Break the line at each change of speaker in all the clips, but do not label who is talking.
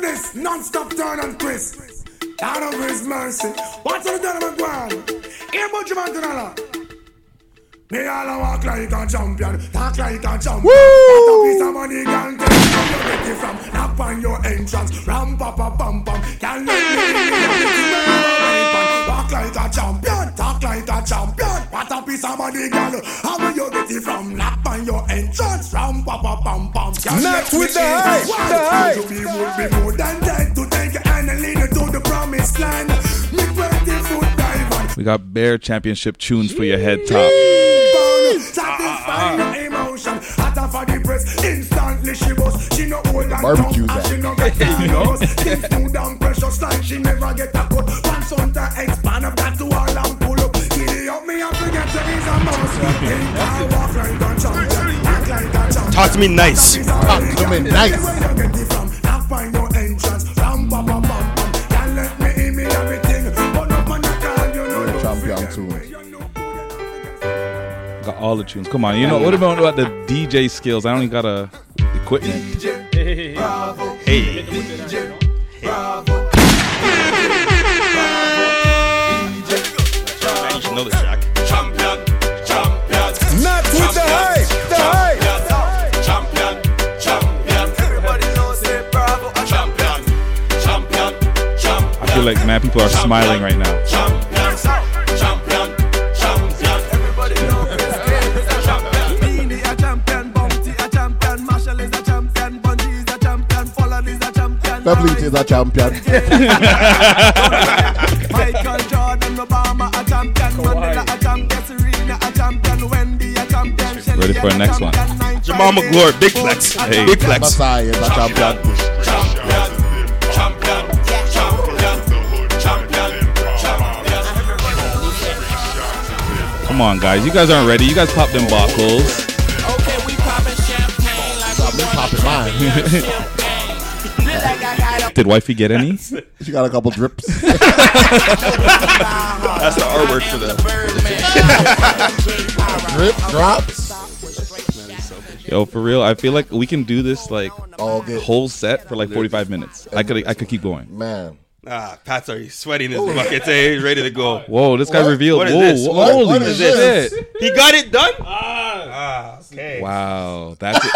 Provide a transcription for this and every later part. this non-stop turn and twist. Out of his mercy. What's on the done of McGuire? Here, much of Antonella. Me all a walk like a champion, talk like a champion. Woo! What a piece of money can take from your get it from. Knock on your entrance, ram pa pa pam pam. Can let me in, let me in. Walk like a champion, talk like a champion. What a piece of money, girl. How will you get it from? Knock on your entrance, ram pa pa pam pam. Can
Not
let me
with the
in.
hype,
Why?
the
To
hype.
be would be more than dead to take your hand and lead you to the promised land. Me twenty foot diamond.
We got bare championship tunes for your head top.
Ah,
Burn, satisfy your emotion. Hotter for the press, instantly she bust. She no hold and
Barbecue
tough, and
that.
she no get nervous. Things too damn precious, like she never get a cut. Pants on the expand up, that to all and pull up. Giddy up, me I forget to is a mouse. Think I walk like a champion, act like a champion.
Talk to me nice.
Talk
to me nice.
Where you get it from? Now find your entrance. Ram, bam, bam, bam, bam. Can't let me in, me everything. But up on the ground, you know,
You're a
don't
champion
forget
too.
Got all the tunes. Come on, you know what about about the DJ skills? I don't even got a equipment.
Man, you should know this, Jack.
Champion, champion,
Not with the hype, the hype.
champion, champion. Everybody knows it, bravo. Champion, champion, champion.
I feel like man, people are smiling right now.
Champion, champion, champion. Everybody knows it, champion.
Beanie a champion, Bounty a champion, Marshall is a champion, Bungie is a champion, Folland is a champion.
Pebble is a champion.
Michael Jordan, Obama a champion, Mandela a champion, Serena a champion, Wendy a champion. Shelly
Ready for
Jenner
the next one.
champion, Nine
Jamama
Friday,
Glory, big
Bones
flex.
a
Hey.
Big flex.
Masai is a champion.
Champion, champion, champion, champion, champion.
Come on, guys, you guys aren't ready. You guys pop them bottles.
Okay, we popping champagne like we
Been
want
popping mine.
champagne. Look like I got a
Did wifey get any?
She got a couple drips.
That's the R word for the.
Birdman.
Drip drops.
Yo, for real, I feel like we can do this like
All good.
whole set for like 45 minutes. I could I could keep going.
Man.
Ah, Pat's already sweating his buckets. Hey, he's ready to go.
Whoa, this guy
What?
revealed.
What is
whoa,
this?
whoa,
What-
holy
what is this?
shit!
He got it done. Ah, okay.
Wow, that's it.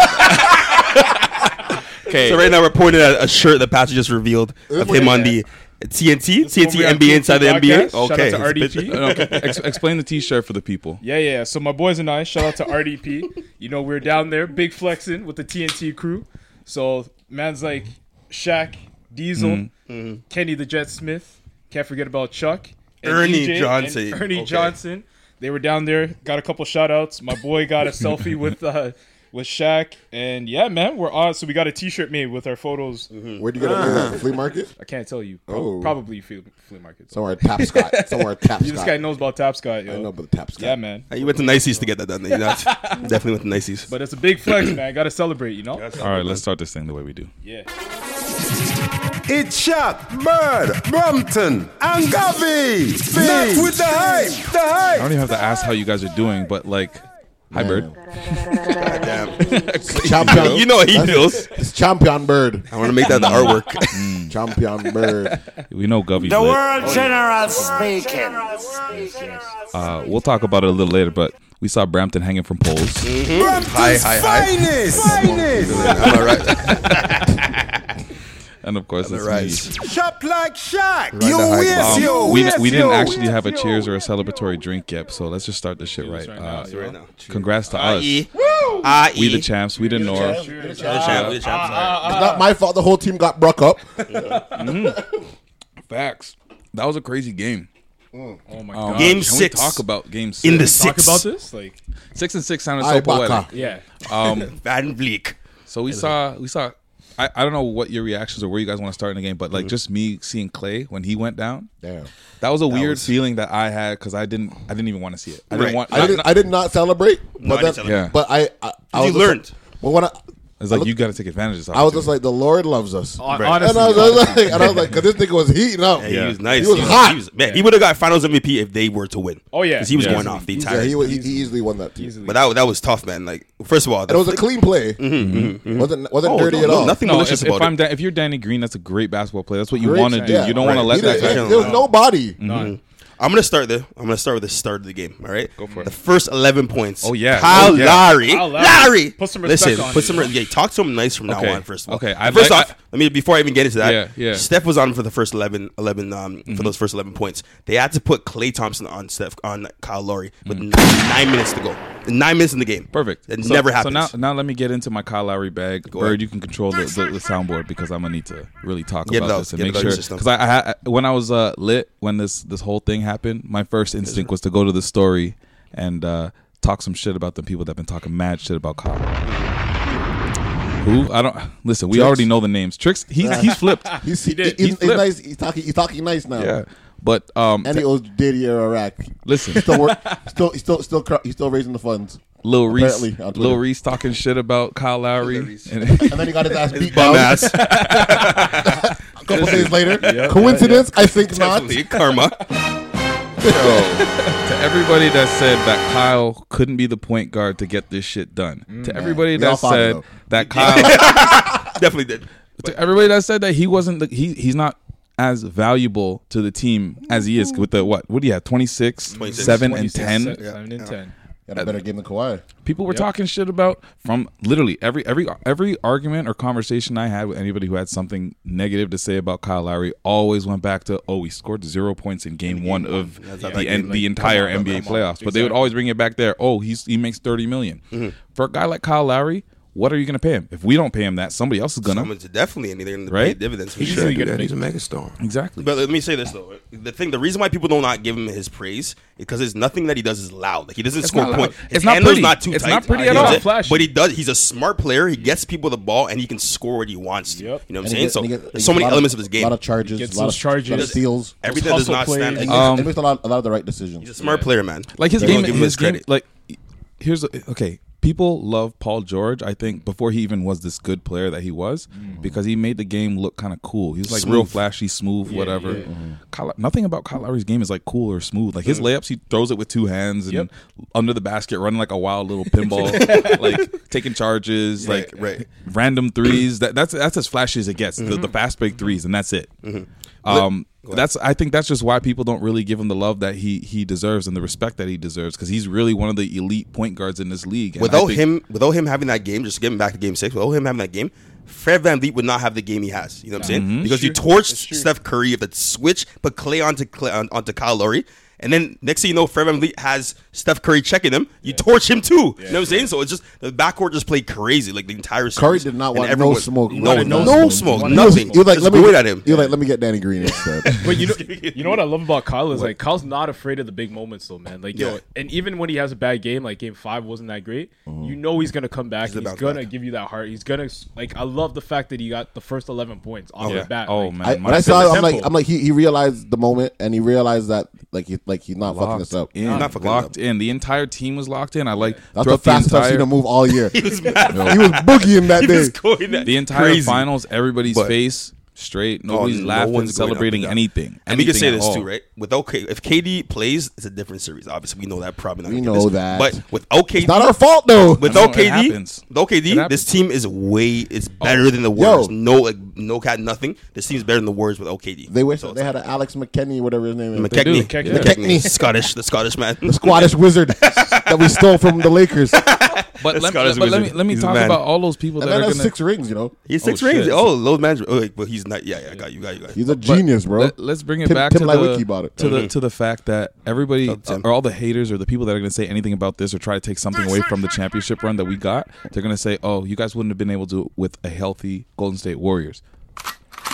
okay.
So right now we're pointing at a shirt that Patrick just revealed of him on the TNT,
what we
TNT
are,
NBA inside the
TNT
NBA.
podcast.
Okay,
Shout out to
Spit-
RDP.
No, okay. Ex- explain the T-shirt for the people.
Yeah, yeah. So my boys and I, shout out to RDP. You know, we were down there, big flexing with the TNT crew. So man's like Shaq, Diesel,
Mm-hmm.
Mm-hmm.
Kenny the Jet Smith. Can't forget about Chuck, and E
Ernie
and
Johnson.
Ernie
Okay.
Johnson. They were down there, got a couple shout outs. My boy got a selfie with uh with Shaq. And yeah, man, we're on. So we got a T-shirt made with our photos.
Where'd you get it? Where's that? Flea market?
I can't tell you. Pro-
Oh.
Probably flea, flea market. So
Somewhere tap Scott. Somewhere tap
this guy
Scott.
knows about Tapscott, yo.
I know, but tap Scott.
yeah, man.
You went to Niceys to get that done. You know, definitely went to Niceys.
But it's a big flex, man. Gotta celebrate, you know?
All right, let's start this thing the way we do.
Yeah.
It's Shot, Bird, Brompton, and Gavi.
Not with the hype, the
I
hype.
don't even have to ask how you guys are doing, but like, hi, Bird.
Champion.
You know how he
That's-
feels.
It's champion bird. Mm.
I want to make that the artwork.
Champion bird.
We know Govey's
The
lit.
world general speaking.
Uh, we'll talk about it a little later, but we saw Brampton hanging from poles.
Hi, hi, hi.
Finest.
Am I right?
And of course, it's
Right.
me.
Shop like Shaq.
the hype
Um,
yes, yo.
we,
yes,
we didn't
yo.
actually have a cheers or a celebratory drink yet, so let's just start this shit right. Uh,
Right now.
congrats to us.
E. Ah,
We
E.
the champs. We the North.
We're the champ. We're the champ. Sorry.
It's not my fault the whole team got broke up.
Facts. That was a crazy game.
Oh
Um,
my god.
Game
can
six.
We talk about game six.
In the
Talk
six.
about this? Like
six and six sounded
Aye,
so poetic.
Baka.
Yeah.
Um,
Van Vliek.
so we saw we saw. I, I don't know what your reactions or where you guys want to start in the game, but like just me seeing Clay when he went down,
Damn.
that was a weird feeling that I had because I didn't I didn't even want to see it. I
Right.
didn't want.
I didn't. I did not celebrate. But
I didn't
that,
celebrate.
Yeah.
But I. I, I
You
was
learned.
But when I,
It's like you got to take advantage of this.
I was just like, the Lord loves us.
Hon-
Right.
And
Honestly,
I was, I was like, and I was like, because this nigga was heating up.
Yeah, he was nice.
He was hot.
man, he would have got Finals MVP if they were to win.
Oh, yeah.
'Cause he was
Yeah.
going off the
Yeah,
entire.
he, wa- he, he easily won that team.
Easily.
but that, that was tough, man. Like, first of all,
And it was a clean play. Wasn't wasn't
Oh,
dirty
no,
at
no,
all.
nothing
no, if,
malicious
if
about
I'm
it.
da- if you're Danny Green, that's a great basketball player. That's what you
Great
want to
shit.
do.
Yeah,
you don't
right.
want
He
to let
didn't-
that guy.
There was nobody.
None.
I'm gonna start there. I'm gonna start with the start of the game. All right, go
for it.
The first 11 points.
Oh, yeah.
Kyle
Oh, yeah.
Lowry.
Kyle Lowry.
Lowry.
Put some respect
Listen,
on
put
him.
some. Re- yeah, talk to him nice from
Okay.
now on. First of all,
Okay, I
first
like-
off, I, mean, before I even get into that,
Yeah, Mm-hmm. yeah.
Steph was on for the first 11, 11 um, for those first 11 points. They had to put Clay Thompson on Steph on Kyle Lowry with nine, nine minutes to go. Nine minutes in the game.
Mm. Perfect.
It
So-
never happens.
So now, now let me get into my Kyle Lowry bag.
ahead.
Bird, you can control the, the, the soundboard because I'm gonna need to really talk
Get it
about
out.
this and
Get
make
it out of your
sure.
system.
Because I, I, had- when I was uh, lit, when this this whole thing happened, my first instinct was to go to the story and uh, talk some shit about the people that've been talking mad shit about Kyle. Who? I don't listen. We already know the names. Tricks. He's he's flipped.
He's,
He did.
He's,
He
he's
flipped.
nice. He's talking. He's talking nice now.
yeah. But um,
And he owes Diddy a rack.
listen,
Still, work, still, he's still, still, cr- he's still raising the funds.
Lil Reese,
Apparently, on Twitter.
Lil Reese talking shit about Kyle Lowry. And-
And then he got his ass beat
bum
down a
ass.
couple days later. Coincidence? I think not.
Absolutely. Karma.
to everybody that said that Kyle couldn't be the point guard to get this shit done. to everybody
We all
that
thought it,
said
though.
that Kyle,
Definitely did.
to everybody that said that he wasn't, the, he he's not as valuable to the team as he is with the what? What do you have? 26,
26.
seven, and ten.
Seven and ten.
Got a better game than Kawhi.
People were talking shit about from literally every every every argument or conversation I had with anybody who had something negative to say about Kyle Lowry always went back to oh we scored zero points in game, one of the, en- the entire NBA playoffs, but they would always bring it back there. Oh, he's he makes thirty million.
Mm-hmm.
for a guy like Kyle Lowry. What are you going to pay him? If we don't pay him that, somebody else is going to.
Someone's definitely and they're going to pay
Right?
dividends. for
He's
sure.
easily gonna make.
Exactly.
But let me say this though: the thing, the reason why people do not give him his praise is because it's nothing that he does is loud. Like he doesn't score
not loud.
points. His
It's not
handle's
pretty.
not too
It's
tight.
not pretty
You
at
know
all.
what I'm saying?
Flashy.
But he does. He's a smart player. He gets people the ball and he can score what he wants to.
Yep.
You know what I'm
And
saying?
he gets-
so
and he gets- he
so
gets a
many
lot of-
elements of his game.
A lot of charges.
gets
a lot
those
of
charges.
A lot of steals.
Everything does
hustle
not
plays.
stand.
He
He's,
makes, he makes a lot, a lot of the right decisions.
he's a smart player, man.
like his
They don't
game,
give him
his game,
credit.
like here's a, okay. People love Paul George. I think before he even was this good player that he was,
Mm.
because he made the game look kind of cool. He was like real
Smooth. Mm-hmm.
flashy, smooth, whatever. Kyle- nothing about Kyle Lowry's game is like cool or smooth. Like his layups, he throws it with two hands and
Yep.
under the basket, running like a wild little pinball, like taking charges, like
right. Mm-hmm.
random threes. that that's that's as flashy as it gets. The, the fast break threes, and that's it. Um, that's I think that's just why people don't really give him the love that he he deserves and the respect that he deserves because he's really one of the elite point guards in this league. And I
without
think-
him, without him having that game, just getting back to game six, without him having that game, Fred Van Vliet would not have the game he has. You know what I'm saying?
Mm-hmm.
Because you torched Steph Curry if that switch, but Clay onto Clay, on, onto Kyle Lowry. And then next thing you know, Fred Van Vliet has Steph Curry checking him. You torch him too. you know what I'm saying? So it's just the backcourt just played crazy, like the entire series.
Curry did not
And
want no
everyone-
smoke.
No,
Wanted
no,
no
no
smoke.
smoke.
He was-
Nothing.
He was like,
Just
let me
throw it at him.
He was like, let me get Danny Green instead.
But you know, you know what I love about Kyle is like Kyle's not afraid of the big moments, though, man. Like,
Yeah.
yo, and even when he has a bad game, like Game Five wasn't that great.
Mm-hmm.
You know he's gonna come back. He's,
bounce
gonna
back.
give you that heart. He's gonna like. I love the fact that he got the first eleven points off
Yeah.
the bat.
Oh
Like,
man,
I,
my
when I saw it, I'm like,
Temple.
I'm like, he, he realized the moment and he realized that like he like he's not fucking
locked
this up.
in,
not fucking
locked
up.
in. The entire team was locked in. I like
That's the
throughout
fastest I've seen
entire-
him move all year. he
was mad.
was boogieing that
He
day.
was going that
the entire
crazy.
finals, everybody's
But-
face straight.
Oh,
Nobody's
no
laughing,
one's going up
celebrating
down.
anything.
And we
anything
can say
at
this
all.
too, right? Without K, if KD plays, it's a different series. Obviously, we know that probably not.
We
gonna get
know
this.
that.
But without KD,
It's not our fault though.
without
I know, it
KD,
happens.
without
It
KD,
happens. Oh.
this team is way it's better than the Warriors. No, like, no cat, nothing. This team's better than the Warriors without KD.
They wish they had an Alex McKinney, whatever his name is.
McKechnie,
do.
McKechnie,
McKechnie.
Scottish, the Scottish man.
the Scottish wizard that we stole from the Lakers. And
But, let,
Scott is
me- but
a
let me
wizard.
let me
He's
talk
mad.
about all those people that
that
are
has
gonna.
six rings, you know.
He's six
Oh, shit.
rings. Oh, load management. Oh, wait, but he's not. Yeah, yeah, I got you, got you, got you.
He's a genius, bro.
Let, us bring it
Tim-
back
Tim
to,
Lewicki
the,
about it.
to the to the fact that everybody
Tim.
or all the haters or the people that are going to say anything about this or try to take something away from the championship run that we got, they're going to say, "Oh, you guys wouldn't have been able to with a healthy Golden State Warriors."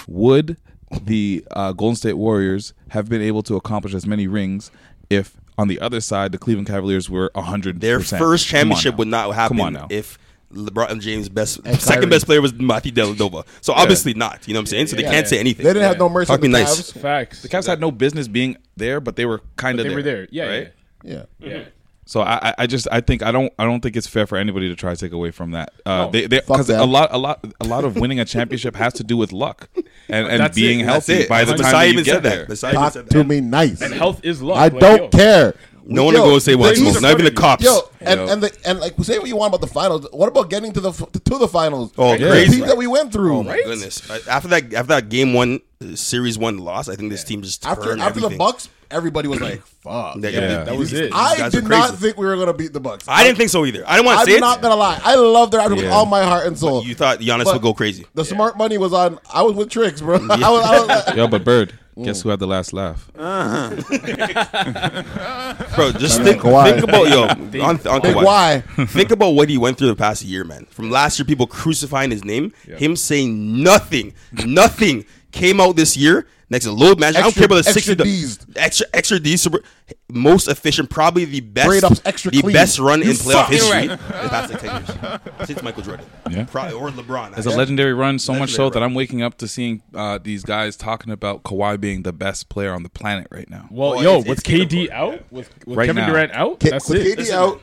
Would the uh, Golden State Warriors have been able to accomplish as many rings if on the other side the Cleveland Cavaliers were 100
Their first championship would not happen
Come on now.
if LeBron James' best
And
second
Kyrie.
best player was Matthew Dellavedova. So obviously not. You know what I'm saying? So they can't say anything.
They didn't have no mercy.
Fuck
on the
me nice.
Cavs.
facts.
the Cavs had no business being there, but they were kind of
they
there.
were there. Yeah,
right?
yeah,
Yeah.
yeah.
So I, I- I just I think I don't I don't think it's fair for anybody to try to take away from that. Uh,
No.
they they
Fuck
because
that.
a lot a lot a lot of winning a championship has to do with luck and, and
That's it.
being
That's
healthy
it.
by the
That's-
time
Masai
that you
even
get
said
there.
that. Masai even
Talk
said
to
that.
me nice.
And health is luck.
I
like,
don't
yo.
care.
No one to
Yo,
go say what's
the
most.
East-
Not even the cops.
Yo, and,
Yo.
and the and like say what you want about the finals. What about getting to the f- to the finals?
Oh,
the
crazy.
teams that we went through.
Oh my goodness! I- After that, after that game one, uh, series one loss, I think this team just turned
After after the
everything.
Bucks, everybody was like, "Fuck."
That-
Yeah.
That was it.
I
guys are
did not
crazy.
think we were gonna beat the Bucks.
I didn't think so either. I didn't want to say
I'm
it.
not gonna lie. I love their with
Yeah.
all my heart and soul.
you thought Giannis
But-
would go crazy.
the smart money was on. I was with tricks, bro. I was, I was like,
Yo, but Bird, guess who
Mm.
had the last laugh?
Bro, just
Man,
think,
Kawhi.
think about yo on, on
Big
Kawhi.
Y.
think about what he went through the past year, man. From last year, people crucifying his name, him saying nothing, nothing came out this year. Next to load match, I don't
Extra-
care about the
extra
sixty
Ds.
extra extra D's, super, most efficient, probably the best,
Straight up extra
the
clean.
best run
You
in playoff
fucking
history the past like ten years since Michael Jordan,
Yeah.
Pro- or LeBron.
It's a legendary run, so much so
Legendary
that
run.
I'm waking up to seeing uh, these guys talking about Kawhi being the best player on the planet right now.
Well,
Well,
yo,
it's-
with
it's
KD
difficult,
out, with, with
Right
Kevin
now.
Durant out,
K-
that's
with
it.
KD out,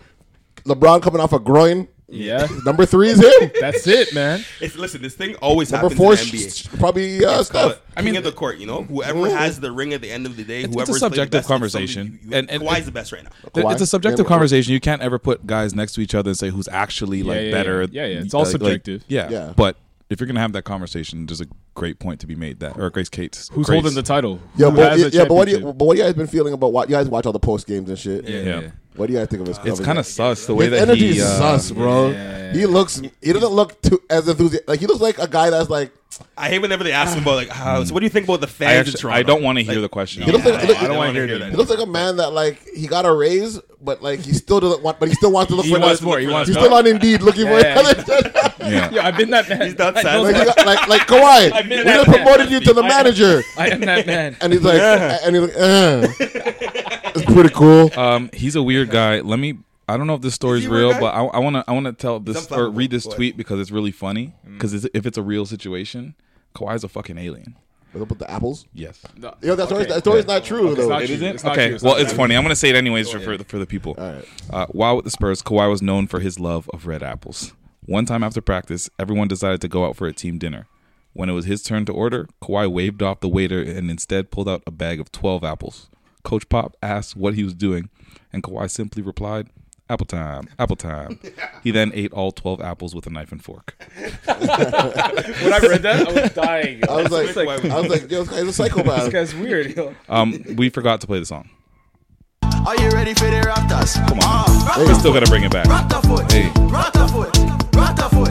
LeBron coming off a groin.
Yeah,
Number three is him.
that's it, man.
It's, listen, this thing always
Number
happens
four,
in the NBA.
is probably uh, Steph.
But I mean, king of the court, you know, whoever has the ring at the end of the day,
It's- it's a
whoever's played the
subjective
best, it's
conversation.
somebody You, you,
And- and-
Kawhi's the best right now.
Th- It's
Kawhi.
a subjective
Yeah, but-
conversation. You can't ever put guys next to each other and say who's actually like
yeah, yeah.
better.
Yeah, yeah. It's all
Like- like-
subjective.
yeah.
Yeah.
But if you're gonna have that conversation, there's a great point to be made that or Grace Cates.
Who's holding the title?
Yeah,
Who
but,
has
yeah,
a
but what do you
championship?
but what do you guys been feeling about? What you guys watch all the post games and shit?
Yeah.
yeah.
What do you guys think of his?
It's
coverage?
kind of sus the way
His
that
energy
he.
is
uh,
sus, bro. He looks. He doesn't look too as enthusiastic. Like he looks like a guy that's like.
I hate whenever they ask him about like, how, so what do you think about the fans
I,
in
actually,
Toronto?
I don't want to hear
Like,
the question.
He looks like, look-
I don't want to hear
He
that.
looks like a man that like he got a raise, but like he still doesn't want. But he still wants to look
He
for
wants
another-
more, he wants
He's
more.
still on Indeed looking
Yeah.
for another.
Yeah.
Yo, I've been that man.
He's not
I know
sad.
like,
that-
he got, like like Kawhi,
I've been
we
that
just
man.
promoted you to the
I-
manager,
I am that man.
and he's like, and he's like, eh. it's pretty cool.
Um, he's a weird guy. Let me. I don't know if this story's
he a weird
real,
guy?
but I I want to I want to tell this or
unflappable.
read this
Go ahead.
tweet because it's really funny.
Mm.
Because if it's a real situation, Kawhi's a fucking alien.
What about the apples?
Yes.
Yo, that story's that story's not true though.
not
It
true.
isn't?
It's not
okay,
true. It's
well,
not
it's
true.
funny. I'm going to say it anyways for, for, the, for the people.
Alright.
Uh, while with the Spurs, Kawhi was known for his love of red apples. One time after practice, everyone decided to go out for a team dinner. When it was his turn to order, Kawhi waved off the waiter and instead pulled out a bag of 12 apples. Coach Pop asked what he was doing, and Kawhi simply replied, Apple time, apple time. He then ate all 12 apples with a knife and fork.
When I read that, I was dying.
I was like, I was like, yo, this guy's a psychopath.
This guy's weird. yo.
Um, we forgot to play the song.
Are you ready for the Raptors? Come
on.
Uh,
We're still going to bring it back.
Raptorfoot.
Hey.
Raptorfoot. Raptorfoot.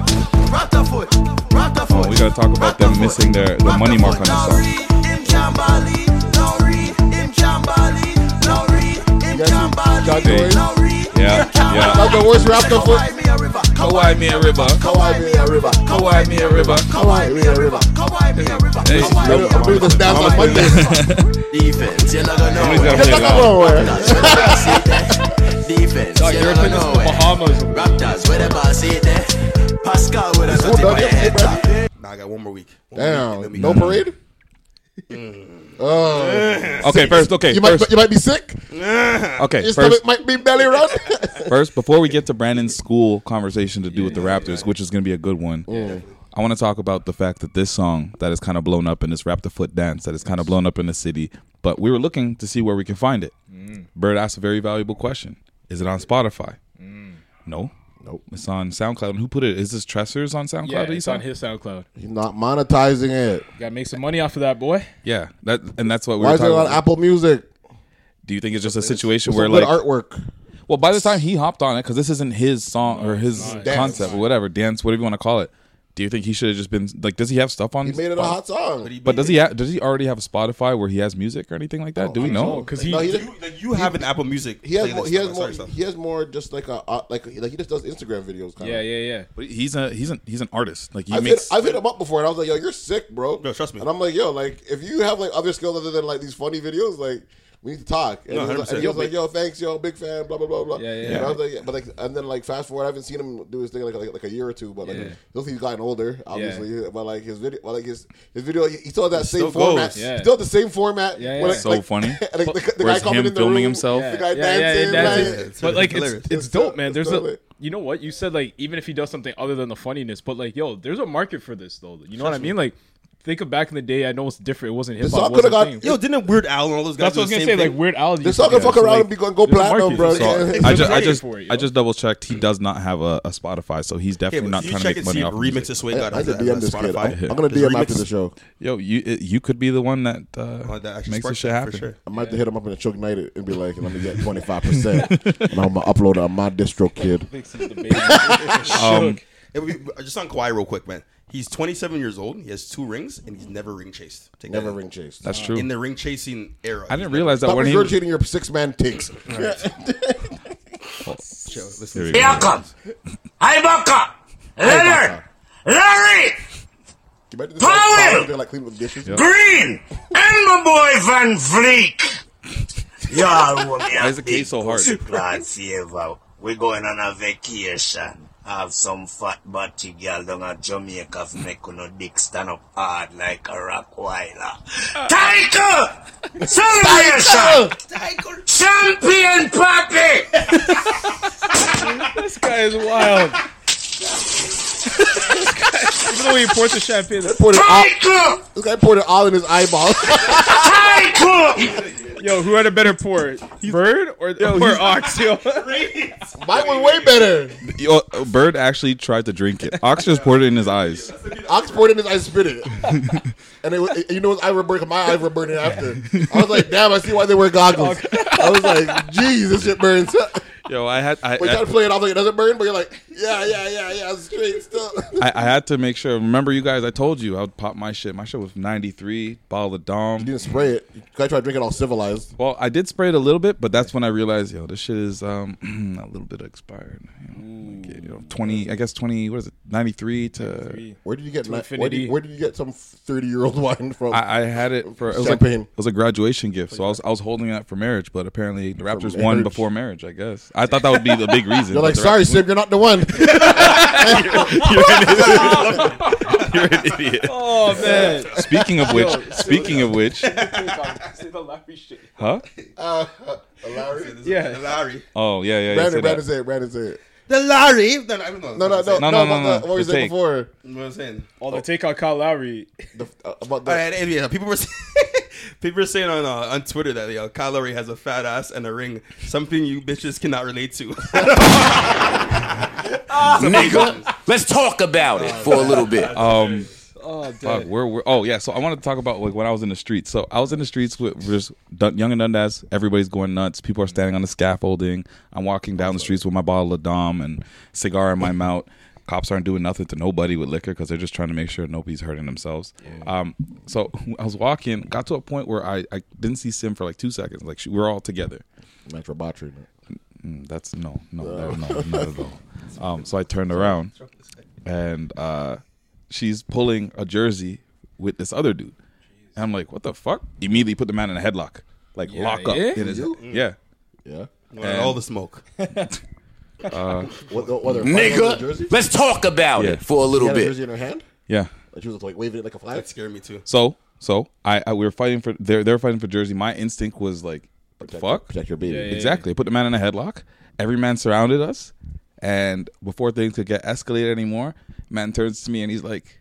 Raptorfoot. Raptorfoot.
Oh, we gotta talk about them
Raptorfoot.
missing their- the money mark on this song.
Lowry, him Jambali, Lowry, him Jambali, Lowry, him
guys see
Jambali,
John Dory?
Lowry,
Yeah,
him Jambali.
yeah.
That's the worst Raptor foot.
Kawhi me a river.
Kawhi me a river.
Kawhi me a river.
Kawhi me a river. Kawhi me a river. Kawhi me a river.
Hey.
Kawhi me a
I'm doing
river.
the stats on Monday.
Defense, you're not gonna know
Somebody's
it.
gotta play it loud.
Defense, you
You're
don't
putting this
know
in the
it.
Bahamas.
Raptors, where the ball sit there. Pascal with a cut in my head top.
Nah, I got one more week. One week,
Damn,
and then we
no
got-
parade. Oh,
Okay, first, okay,
you might
first,
you might be sick.
okay, first,
Your stomach might be belly run.
First, before we get to Brandon's school conversation to do with the Raptors, which is going to be a good one, I want to talk about the fact that this song that is kind of blown up in this Raptor Foot dance that is kind of blown up in the city, but we were looking to see where we can find it.
Mm.
Bird asked a very valuable question Is it on Spotify?
Mm.
No. Nope. It's on SoundCloud. And who put it? Is this Tresser's on SoundCloud?
Yeah,
that you
he's
saw?
on his SoundCloud.
He's not monetizing it.
Gotta make some money off of that boy.
Yeah. That, and that's what we
Why
were
is it
talking
on
about.
Apple Music?
Do you think it's just a situation
Some
where,
good
like,
artwork.
Well, by the time he hopped on it, because this isn't his song or his
Dance.
concept or whatever dance, whatever you want to call it. Do you think he should have just been like? Does he have stuff on?
He made it a hot song.
But, he,
But does he ha- does he already have a Spotify where he has music or anything like that? Do we know?
Because Oh, he,
Oh, No, he
You, like, you have an Apple Music.
He has
playlist
more, he
on
has
my
more,
side stuff.
he has more just like a uh, like like he just does Instagram videos. Kind
yeah, yeah,
of.
yeah.
But he's a he's an he's an artist. Like he
I've hit,
makes.
I've hit him up before and I was like, yo, you're sick, bro.
No, trust me.
And I'm like, yo, like if you have like other skills other than like these funny videos, like we need to talk. And,
No,
he, was like, and he
100%.
was like, yo, thanks, yo, big fan, blah, blah, blah, blah.
Yeah, yeah,
And
yeah.
I was like, but like, and then like fast forward, I haven't seen him do his thing like like, like a year or two, but like
Yeah.
he looks like he's gotten older, obviously. But like his video, but like his his video, he, he still had that same
still
format.
goes.
He
Yeah.
Still had the same format.
Yeah, yeah.
Where, like-
So
like-
funny.
and, like, the, the guy
Whereas
coming
him
in the
filming
room,
himself.
the guy dancing,
yeah,
like-
that's it. but like it's,
hilarious.
it's,
It's
dope,
dope,
man.
it's
There's
dope,
a
man.
you know what you said like even if he does something other than the funniness, but like yo, there's a market for this though. You know what I mean? Like think of back in the day. I know it's different. It wasn't hip
song
hop.
could've got-
Yo, didn't Weird Al and all those guys
That's
do
what
the
I was gonna
same
say.
thing?
Like Weird Al.
This song can fuck around and be going go
there's a
platinum,
market.
bro.
So,
Yeah.
I just, I
Waiting
just,
for it, yo.
I just double checked. He does not have a, a Spotify, so he's
Yeah,
definitely
but
not
you
trying to
check
make
and
money
see
off.
if
Remix
remixes Sway got
I
on
need to
that-
DM
on
this kid.
Spotify.
I'm, I'm gonna
There's
DM after
remixes.
the show.
Yo, you it- you could be the one that, uh,
Oh, that actually
makes
sparked
this shit
it, for
happen.
sure.
I might have to hit him up in a choke night and be like, "Let me get 25 percent, and I'm gonna upload it on my distro, kid."
um,
It would be, just on Kawhi real quick, man. He's 27 years old. He has two rings, and he's never ring chased. Take that
Never
in.
ring chased.
That's true.
In the ring chasing era,
I didn't realize that
Stop
when he.
regurgitating your six man takes.
Chill, listen.
Here we go.
Bianca, Ibaka, Leonard, Larry,
You might do this
Power!
like, Power, they're like clean with dishes.
Green, and my boy Van Vliet. Y'all will be
Why is the case so hard?
Plan favor. We're going on a vacation. Have some fat body girl down at Jamaica for make no dick stand up hard like a rock whiler. Title! Celebration! Champion Papi!
this guy is wild. This guy- even though he imports the champagne,
Poured it all,
Title!
this guy poured it all in his eyeballs.
Title!
yo, who had a better pour, Bird or, or Ox? Yo,
Mine was way better.
Yo, Bird actually tried to drink it. Ox just poured it in his eyes.
Ox poured it in his eye, spit it. And it was, you know what's Ivor burning? My Ivor burning after. I was like, damn, I see why they wear goggles. I was like, jeez, this shit burns. But
Yo, I had I,
you try to
I,
play it off like it doesn't burn, but you're like, yeah, yeah, yeah, yeah, it's straight still.
I, I had to make sure. Remember, you guys, I told you I would pop my shit. My shit was ninety three bottle of
You
Dom.
didn't spray it. You guy tried to drink it all civilized.
Well, I did spray it a little bit, but that's when I realized, yo, this shit is um a little bit expired. You know, like, you know, twenty, I guess twenty. What is it? Ninety three to.
Where did you get? Ni- where, did
infinity.
you, where did you get some thirty-year-old wine from?
I, I had it for it was
Champagne.
like it was a graduation gift, so I was I was holding that for marriage, but apparently the Raptors won
marriage.
before marriage. I guess I thought that would be the big reason.
You're
but
like,
the
sorry, Sim, you're not the one.
oh man.
Raptors- Speaking of which, speaking of which, huh?
Yeah.
The Larry.
Oh yeah, yeah, yeah. say that.
Brandon, Brandon, say it. Brandon, say it.
The Larry. No, no, I don't know.
No, no, no,
No, no,
no,
no,
no,
no.
What were you
The
saying
take.
before?
You know what I'm saying?
Oh, the take on Kyle Lowry.
The, uh, about the,
All right, and, yeah, people were saying, people were saying on uh, on Twitter that yo, Kyle Lowry has a fat ass and a ring, something you bitches cannot relate to.
Nigga, let's talk about it for a little bit.
Um,
Oh,
fuck, where were? Oh yeah, so I wanted to talk about like when I was in the streets. So I was in the streets with just Dun- Young and Dundas. Everybody's going nuts. People are standing on the scaffolding. I'm walking down the streets with my bottle of Dom and cigar in my mouth. Cops aren't doing nothing to nobody with liquor because they're just trying to make sure nobody's hurting themselves. Um, so I was walking, got to a point where I, I didn't see Sim for like two seconds. Like she, we we're all together.
Metro Botry. man.
That's no, no, no, no, not at all. Um, so I turned around, and uh, she's pulling a jersey with this other dude, and I'm like, "What the fuck?" Immediately put the man in a headlock, like lock up.
yeah?
in his- yeah.
Yeah.
And all the smoke.
What, what,
Nigga, let's talk about
Yeah.
it for a
she
little
had a
bit.
jersey in her hand.
yeah.
And she was like waving it like a flag.
That scared me too.
So, so I, I we were fighting for they're they're fighting for jersey. My instinct was like, "What the fuck?"
Protect your baby.
Exactly. Put the man in a headlock. Every man surrounded us. And before things could get escalated anymore, man turns to me and he's like,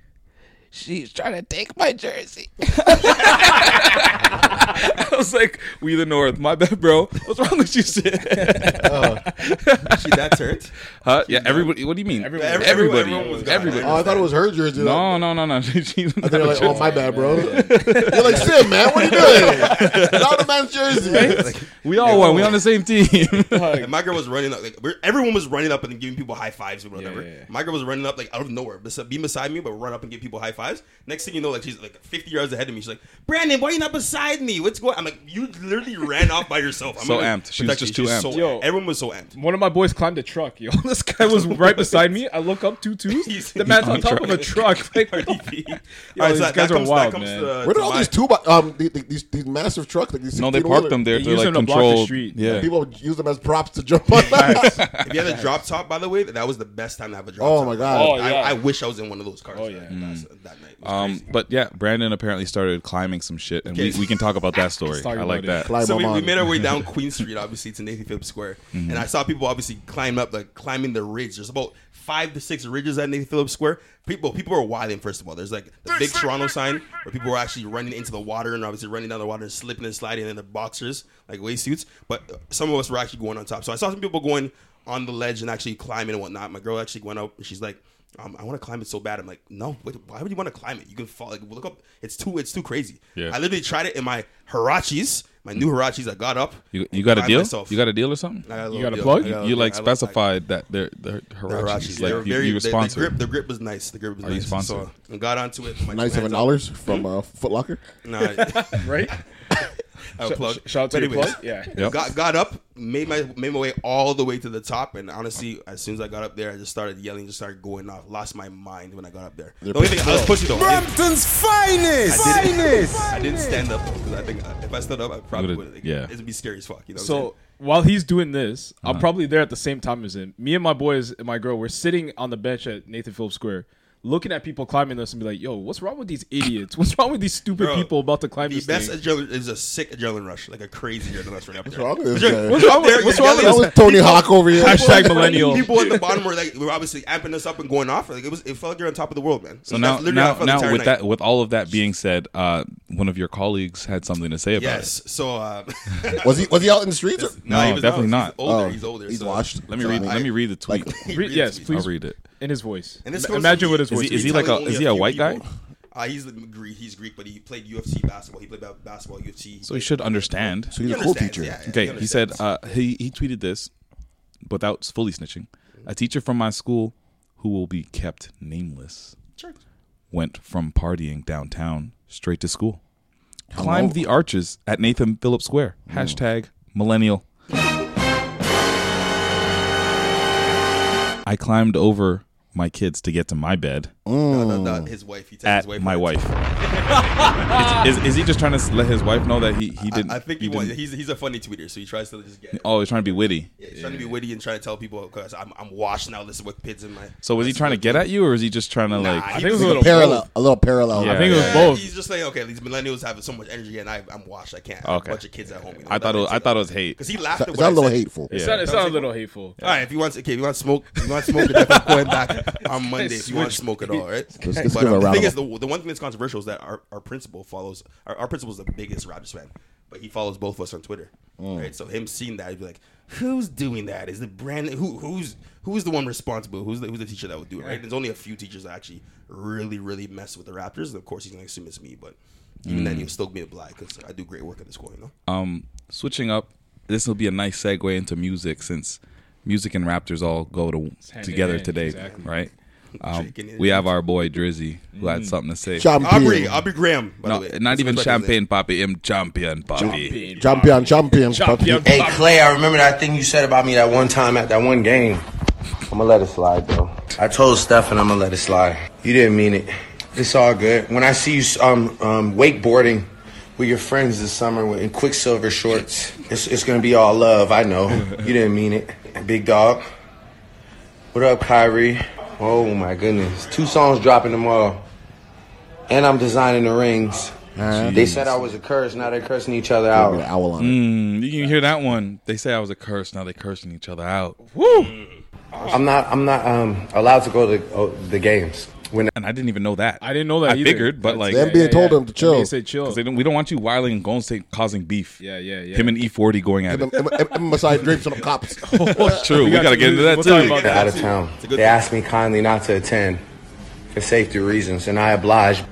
She's trying to take my jersey. I was like, We the North. My bad, bro. What's wrong with you, Sid?
She that turned.
Huh? Yeah, everybody. What do you mean?
Everyone.
Everybody.
Everyone was
Everybody.
gone.
Oh, I thought it was her jersey.
No, no, no, no. She's
I think they're like, oh, my bad, bro. You're like, Sim, man, what are you doing? Not the man's jersey.
we all won. We on the same team.
And my girl was running up. Like we're- everyone was running up and giving people high fives or whatever.
yeah, yeah.
My girl was running up like out of nowhere, bes- be beside me, but run up and give people high lives. Next thing you know, like she's like 50 yards ahead of me. She's like, Brandon, why are you not beside me? What's going? I'm like, you literally ran off by yourself. I'm
So
gonna
amped. She was
protect
just
you."
too
She's
amped.
So
Yo.
everyone was so amped.
One of my boys climbed a truck, yo. This guy was right beside me. I look up two twos. The man's on
on
top of a
truck.
truck. Like,
yo,
All right, so
these
that-
guys
that
are
comes- that
wild,
comes
man.
to- Where did all these two by, um the- the- these, these massive trucks like these
No, they
16
parked
wheelers?
them there They to, use like, them to block the control- street. yeah.
And people use them as props to jump on.
if you had a drop top, by the way, that was the best time to have a drop
Oh,
top.
my God. Oh,
I,
yeah.
I wish I was in one of those cars. Oh, yeah. that night.
Um, but yeah, Brandon apparently started climbing some shit, and we, we can talk about that story. I like that.
so we, we made our way down Queen Street, obviously, to Nathan Phillips Square,
Mhm.
and I saw people obviously climb up, like climbing the ridge. There's about five to six ridges at Nathan Phillips Square. People, people are wilding. First of all, there's like the big Toronto sign where people were actually running into the water and obviously running down the water and slipping and sliding in their boxers, like waistsuits. But uh, some of us were actually going on top. So I saw some people going on the ledge and actually climbing and whatnot. My girl actually went up and she's like. Um, I want to climb it so bad. I'm like, no. Wait, why would you want to climb it? You can fall. Like, look up. It's too. It's too crazy.
Yeah.
I literally tried it in my Hirachis, my new Hirachis. I got up.
You, you got a
By
deal?
myself.
You got a deal or something?
I got a little
you got a
deal.
plug?
I got a
you
little-
like
I like-
specified that they're they're
Hirachis,
hirachis.
they
Like
were
you,
very-
you were
the- the
sponsored.
grip- the grip was nice. The grip was
Are you
nice.
sponsored?
So I got onto it.
Ninety seven dollars from uh, Foot Locker.
Nah,
right?
I
Sh-
plug.
sh- shout out to
But
your
anyways,
plug? Yeah.
Yep.
Got got up, made my made my way all the way to the top, and honestly, as soon as I got up there, I just started yelling, just started going off. Lost my mind when I got up there.
They're
the only thing I was
pushing
pushing
though.
though. I didn't-
Brampton's finest.
I didn't,
Finest.
I didn't stand up because I think uh, if I stood up, I probably would. Like,
yeah.
it'd be scary as fuck. You know. what I'm saying?
So while he's doing this, I'm
Uh-huh.
probably there at the same time as him. Me and my boys and my girl were sitting on the bench at Nathan Phillips Square, looking at people climbing this and be like, "Yo, what's wrong with these idiots? What's wrong with these stupid
Bro,
people about to climb
The
this
best
thing?"
adrenaline is a sick adrenaline rush, like a crazy adrenaline rush right up there.
wrong with this
You're-
guy?
you're
What's
up
wrong with-
there,
what's
you're
wrong with
yelling-
this- That was Tony
people-
Hawk over here.
people-
Hashtag millennial.
People at the bottom were like, were obviously amping us up and going off. Like it was, it felt like you're on top of the world, man.
So
That's
now,
literally how
now,
I felt the
now
entire
with
night.
that, with all of that being said, uh, one of your colleagues had something to say about
yes.
it.
So uh,
Was he was he out in the streets? or-
No,
he was
definitely
out.
not.
He's older, Oh, he's older, he's so- washed.
Let me
So
read.
I-
let me read the tweet.
Re- yes, please.
I'll read it.
in his voice.
And this
Ma-
goes
Imagine
to-
what his voice.
Is he- is he like
telling
a-
only
is he a
few
white
people.
guy?
Uh, he's Greek. He's Greek, but he played UFC basketball. He played ba- basketball UFC.
So he should understand.
So he's a He cool understands, teacher. yeah, yeah,
okay,
he
he said uh, he he tweeted this without fully snitching. A teacher from my school who will be kept nameless
Sure.
went from partying downtown straight to school.
Hello?
Climbed the arches at Nathan Phillips Square.
Hmm.
Hashtag millennial. I climbed over my kids to get to my bed. "Oh,
dot, his wife. He texted
at
his wife
my wife. is, is he just trying to let his wife know that he, he didn't?
I think he, wants.
didn't-
He's he's a funny tweeter, so he tries to just get.
Oh, he's trying to be witty.
Yeah, he's trying to be witty and trying to tell people because I'm I'm washed now. This is what kids in my.
So was he trying to get at you, or is he just trying to like?
I think it was a little
parallel- both. a little parallel. I think it was
yeah.
both.
He's just like, okay, these millennials have so much energy, and I, I'm washed. I can't.
Okay.
A bunch of kids at home. You know,
I thought it was, I thought it was hate.
because he laughed. at
It's
what
not a
I
little
said.
hateful.
It's
not- it's not a little hateful.
All right, if you want, okay, if you want smoke, if you want smoke, you're definitely going back on Monday. If you want
Switch.
smoke at all, right?
Let's- let's
but
give
um,
a
the
round
thing
of-
is, the, the one thing that's controversial is that our, our principal follows our, our principal's the biggest Raptors fan, but he follows both of us on Twitter, right? So him seeing that, he'd be like, "Who's doing that? Is the brand who who's who's the one responsible? Who's the, who's the teacher that would do it? Right? There's only a few teachers that actually really really mess with the Raptors, and of course he's gonna assume it's me, but even then
Mm.
he'll still be obliged because I do great work at the school, you know.
Um, switching up. This will be a nice segue into music since music and Raptors all go to
hand
together
in hand,
today,
exactly.
right? Um,
Shaking it.
we have our boy Drizzy who had something to say.
Champion.
Aubrey- Aubrey Graham, by
no,
the way.
not
That's
even
what his name is.
champagne, papi. I'm champion, papi.
Champion, champion, champion.
Hey Clay, I remember that thing you said about me that one time at that one game. I'ma let it slide, bro. I told Stefan I'ma let it slide. You didn't mean it. It's all good. When I see you um, um wakeboarding with your friends this summer with- in Quicksilver shorts, it's it's gonna be all love. I know. You didn't mean it, big dog. What up, Kyrie? Oh my goodness, two songs dropping tomorrow, and I'm designing the rings. They said I was a curse. Now they're cursing each other out.
owl on
mm, You can hear that one. They say I was a curse. Now they cursing each other out.
Woo! I'm not. I'm not um, allowed to go to oh, the games. When
and I didn't even know that. I
didn't know that
I
either.
figured, but
That's-
like
The NBA yeah, told yeah.
him to chill.
said chill.
'Cause They don't, we don't want you wilding and Golden State causing beef.
Yeah, yeah, yeah.
Him and E40 going at it.
Masai drapes on the cops.
It's true. We, gotta get into that too.
They're out of town. They asked me kindly not to attend for safety reasons, and I obliged.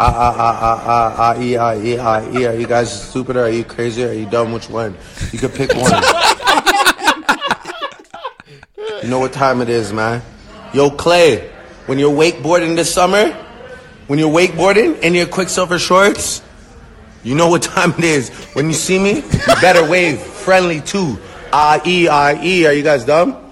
Ah ah ah ah ah ah e ah e ah e. Are you guys stupid? Or are you crazy? Or are you dumb? Which one? You could pick one. you know what time it is, man. Yo, Clay. When you're wakeboarding this summer, When you're wakeboarding in your Quicksilver shorts, you know what time it is. When you see me, you better wave friendly too. I E I E. Are you guys dumb?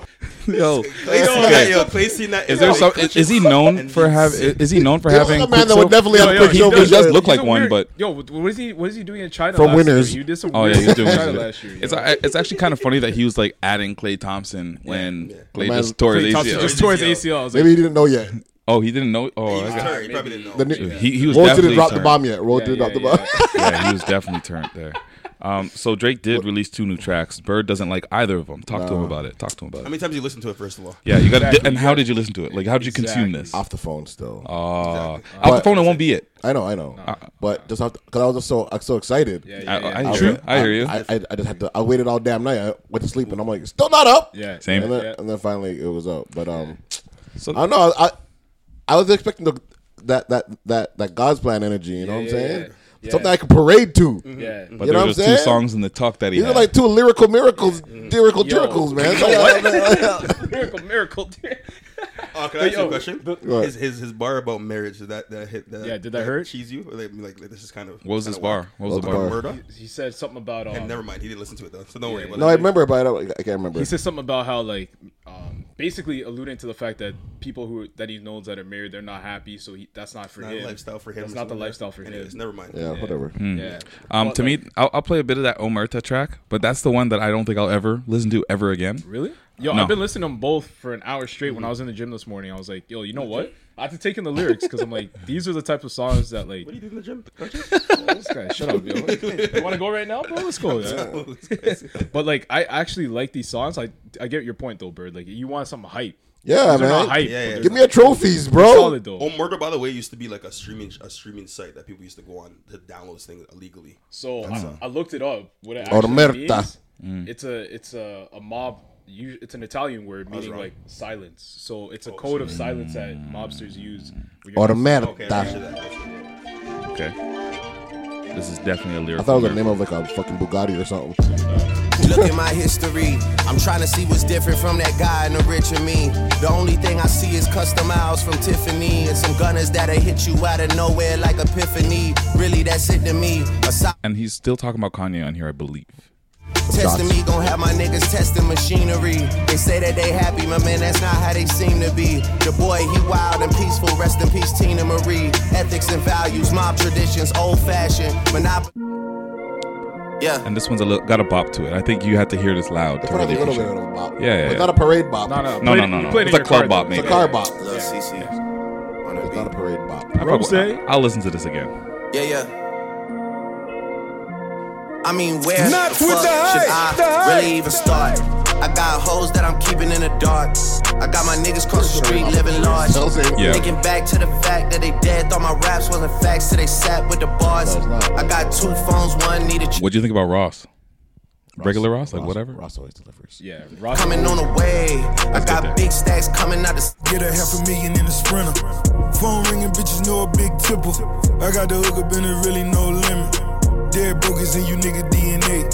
Yo,
Okay. Yo, Placey Knight-
Is there some? Is, is he known for have? Is he known for having? Quicksilver- he, he does look like one, but
yo, what what is he? What is he doing in China?
From
last
winners.
year? you did some
oh
weird
yeah, he's
shit
doing.
in China
it.
last year.
It's I- it's actually kind of funny that he was like adding Clay Thompson when Clay
Man,
just tore his
Klay
ACL.
Thompson just tore his ACL. I was like- Maybe he didn't know yet.
Oh, he didn't know. Oh,
was
I got-
turned. He probably didn't know.
The
The
new-
ni-
he, he was
Roll didn't
definitely
drop the
turned.
bomb yet. Roll Yeah, didn't drop yeah, the bomb.
yeah, he was definitely turned there. Um, so Drake did release two new tracks. Bird doesn't like either of them. Talk to him
No.
about it. Talk to him about it.
How many times did you listen to it, first of all?
Yeah, you got. to
Exactly.
And how did you listen to it? Like, how did you consume
Exactly.
this?
Off the phone still.
Oh,
But-
off the phone. It won't be it.
I know, I know. but just because I was just so I was so excited.
yeah, yeah. I- I hear you. I hear you.
I, I, I just had to. I waited all damn night. I went to sleep and I'm like, still not up.
Yeah. Same.
And then, and then finally it was up. But um, I don't know. I I was expecting the, that that that that God's plan energy. You know what I'm saying?
yeah. Mm-hmm.
Something I could parade to.
Yeah. But
you know
there
what I'm
was
saying?
two songs in the tuck that he
These are
had.
like two lyrical miracles,
Mm-hmm.
lyrical miracles, man.
miracle, miracle.
Oh, can I ask you
Yo,
a question?
the- What?
His, his his bar about marriage did that that hit that
Yeah, did that hurt?
cheese you? Or like, like this is kind of
What was
kind
his
of
bar?
whack.
What was the bar?
Murder?
He, he said something about. Um,
And never mind, he didn't listen to it though, so don't worry about
no, I remember, but I, don't, I can't remember.
He said something about how like um, basically alluding to the fact that people who that he knows that are married they're not happy, so he, that's not for
Not a
him.
lifestyle for him
That's
or
not the
something like
lifestyle for
that.
him.
Anyways, never mind.
Yeah, whatever.
Hmm.
Yeah.
Um, to me, I'll, I'll play a bit of that Omerta track, but that's the one that I don't think I'll ever listen to ever again.
Really? Yo,
No.
I've been listening to them both for an hour straight.
Mm-hmm.
When I was in the gym this morning, I was like, "Yo, you know what? I have to take in the lyrics because I'm like, these are the type of songs that like." What
you
do
do in the gym?
this guy, shut up, yo. You want to go right now, bro? Let's go. yeah. but like, I actually like these songs. I I get your point though, Bird. Like, you want something hype.
Yeah,
These are
man.
not hype,
Yeah,
but
yeah.
they're-
Give me a trophies, bro.
they're Solid though.
Oh, murder by the way used to be like a streaming a streaming site that people used to go on to download things illegally.
So
That's,
I, I looked it up. What it
Or
actually
merta. Mm.
means,
Mm.
It's a it's a, a mob. u- It's an Italian word meaning
wrong.
like silence. So it's a code of silence that
Mm.
mobsters use. when you're-
Oh, Or merta.
Okay. This is definitely a lyric.
I thought it was the name of like a fucking Bugatti or something.
Look at my history. I'm trying to see what's different from that guy in the rich and me. The only thing I see is custom miles from Tiffany and some gunners that'll hit you out of nowhere like epiphany. Really, that's it to me. Aside
And he's still talking about Kanye on here, I believe.
testing me, gon' have my niggas testing machinery. They say that they happy, my man, that's not how they seem to be. The boy, he wild and peaceful. Rest in peace, Tina Marie. Ethics and values, mob traditions, old fashioned. Monopoly. Yeah.
And this one's a little, got a bop to it. I think you had to hear this loud. To really
Probably a little
appreciate
bit
it.
of a bop.
Yeah, yeah.
But
yeah.
not a parade bop.
no, No, no, no, no. It's a club bop, maybe.
It's a car bop.
Lil CC.
It's not a parade bop.
I probably, I'll, I'll listen to this again.
Yeah, yeah. I mean, where
Not
the
with
fuck
the
should
hype,
I
the hype.
really even start? I got hoes that I'm keeping in the dark. I got my niggas cross the street living large.
Yeah.
Thinking back to the fact that they dead, thought my raps wasn't facts, so they sat with the bars. I got two phones, one needed.
What do you think about Ross? Regular Ross, like whatever.
Ross always delivers.
Yeah,
Coming on the way, I got big stacks coming out the.
Get a half a million in a sprinter. Phone ringing, bitches know a big tipple. I got the hook up and there really no limit. Dead broke is in you nigga DNA.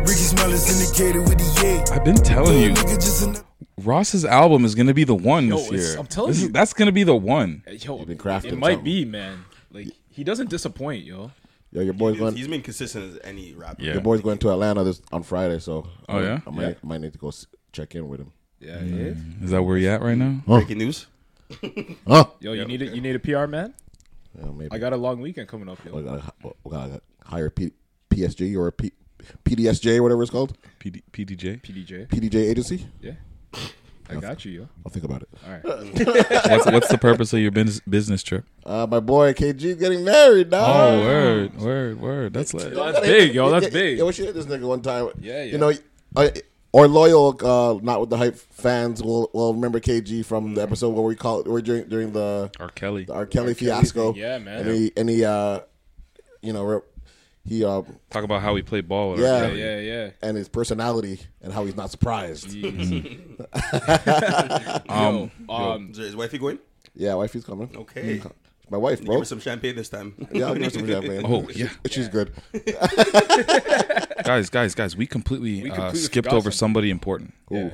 Ricky Smell is indicated with the yay.
I've been telling you.
Nigga just an-
Ross's album is gonna be the one
Yo,
this
it's-
year.
I'm telling
This is-
you.
that's gonna be the one.
Yo,
You've been crafting
It might
something.
be, man. Like he doesn't disappoint, yo.
Yo, your boy's
Dude,
going.
he's been consistent as any rapper.
Your boy's going to Atlanta this on Friday, so.
Oh, yeah?
I might,
Yeah.
might need to go s- check in with him.
Yeah,
Mm.
yeah.
Is that where you at right now?
Breaking news.
Oh.
Yo, you need a, you need a PR man.
Yeah, maybe.
I got a long weekend coming up, yo.
We gotta, hi- we gotta hire P- PSG or P- PDSJ, whatever it's called.
PD, PDJ?
PDJ.
PDJ agency?
Yeah. I got you, yo.
I'll think about it.
All
right.
what's, what's the purpose of your business, business trip?
Uh, my boy KG's getting married now.
Oh, word, word, word. That's lit.
Yo, we should hit this nigga one time.
Yeah, yeah.
You know, uh, or loyal, uh, not with the hype fans will will remember KG from the episode where we call where during during the
R. Kelly,
the R. Kelly
R. Kelly
fiasco.
thing. Yeah, man.
And he, and he uh, you know, rep- he uh,
Talk about how we play ball. With
yeah,
R. Kelly.
and his personality and how he's not surprised.
Um, is his wifey going?
yeah, wifey's coming.
Okay.
my wife,
Give
bro.
her some champagne this time.
Yeah, I'll give her some champagne.
Oh, yeah.
she's good.
guys, guys, guys. We completely,
We
uh,
completely
skipped
forgot
over
something.
somebody important.
Who?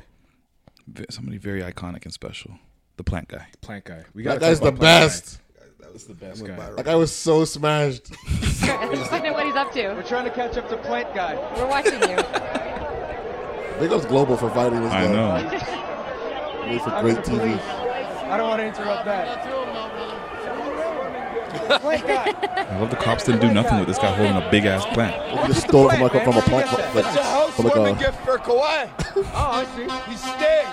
V- Somebody very iconic and special. The plant guy.
Plant guy.
We That gotta talk guy's about the Plant Guy. best.
It's the best
Like,
guy.
I was so smashed.
Look at what he's up to. We're trying to catch up to Plant Guy. We're watching you.
Big ups Global for fighting this
I
guy.
know.
Made for great TV.
I don't want to interrupt that. Plant Guy.
I love the cops didn't do nothing with this guy holding a big ass plant.
Just stole it from like a, from a plant. Like,
It's a
from like
housewarming
a,
gift for Kawhi. oh, I see. He's staying.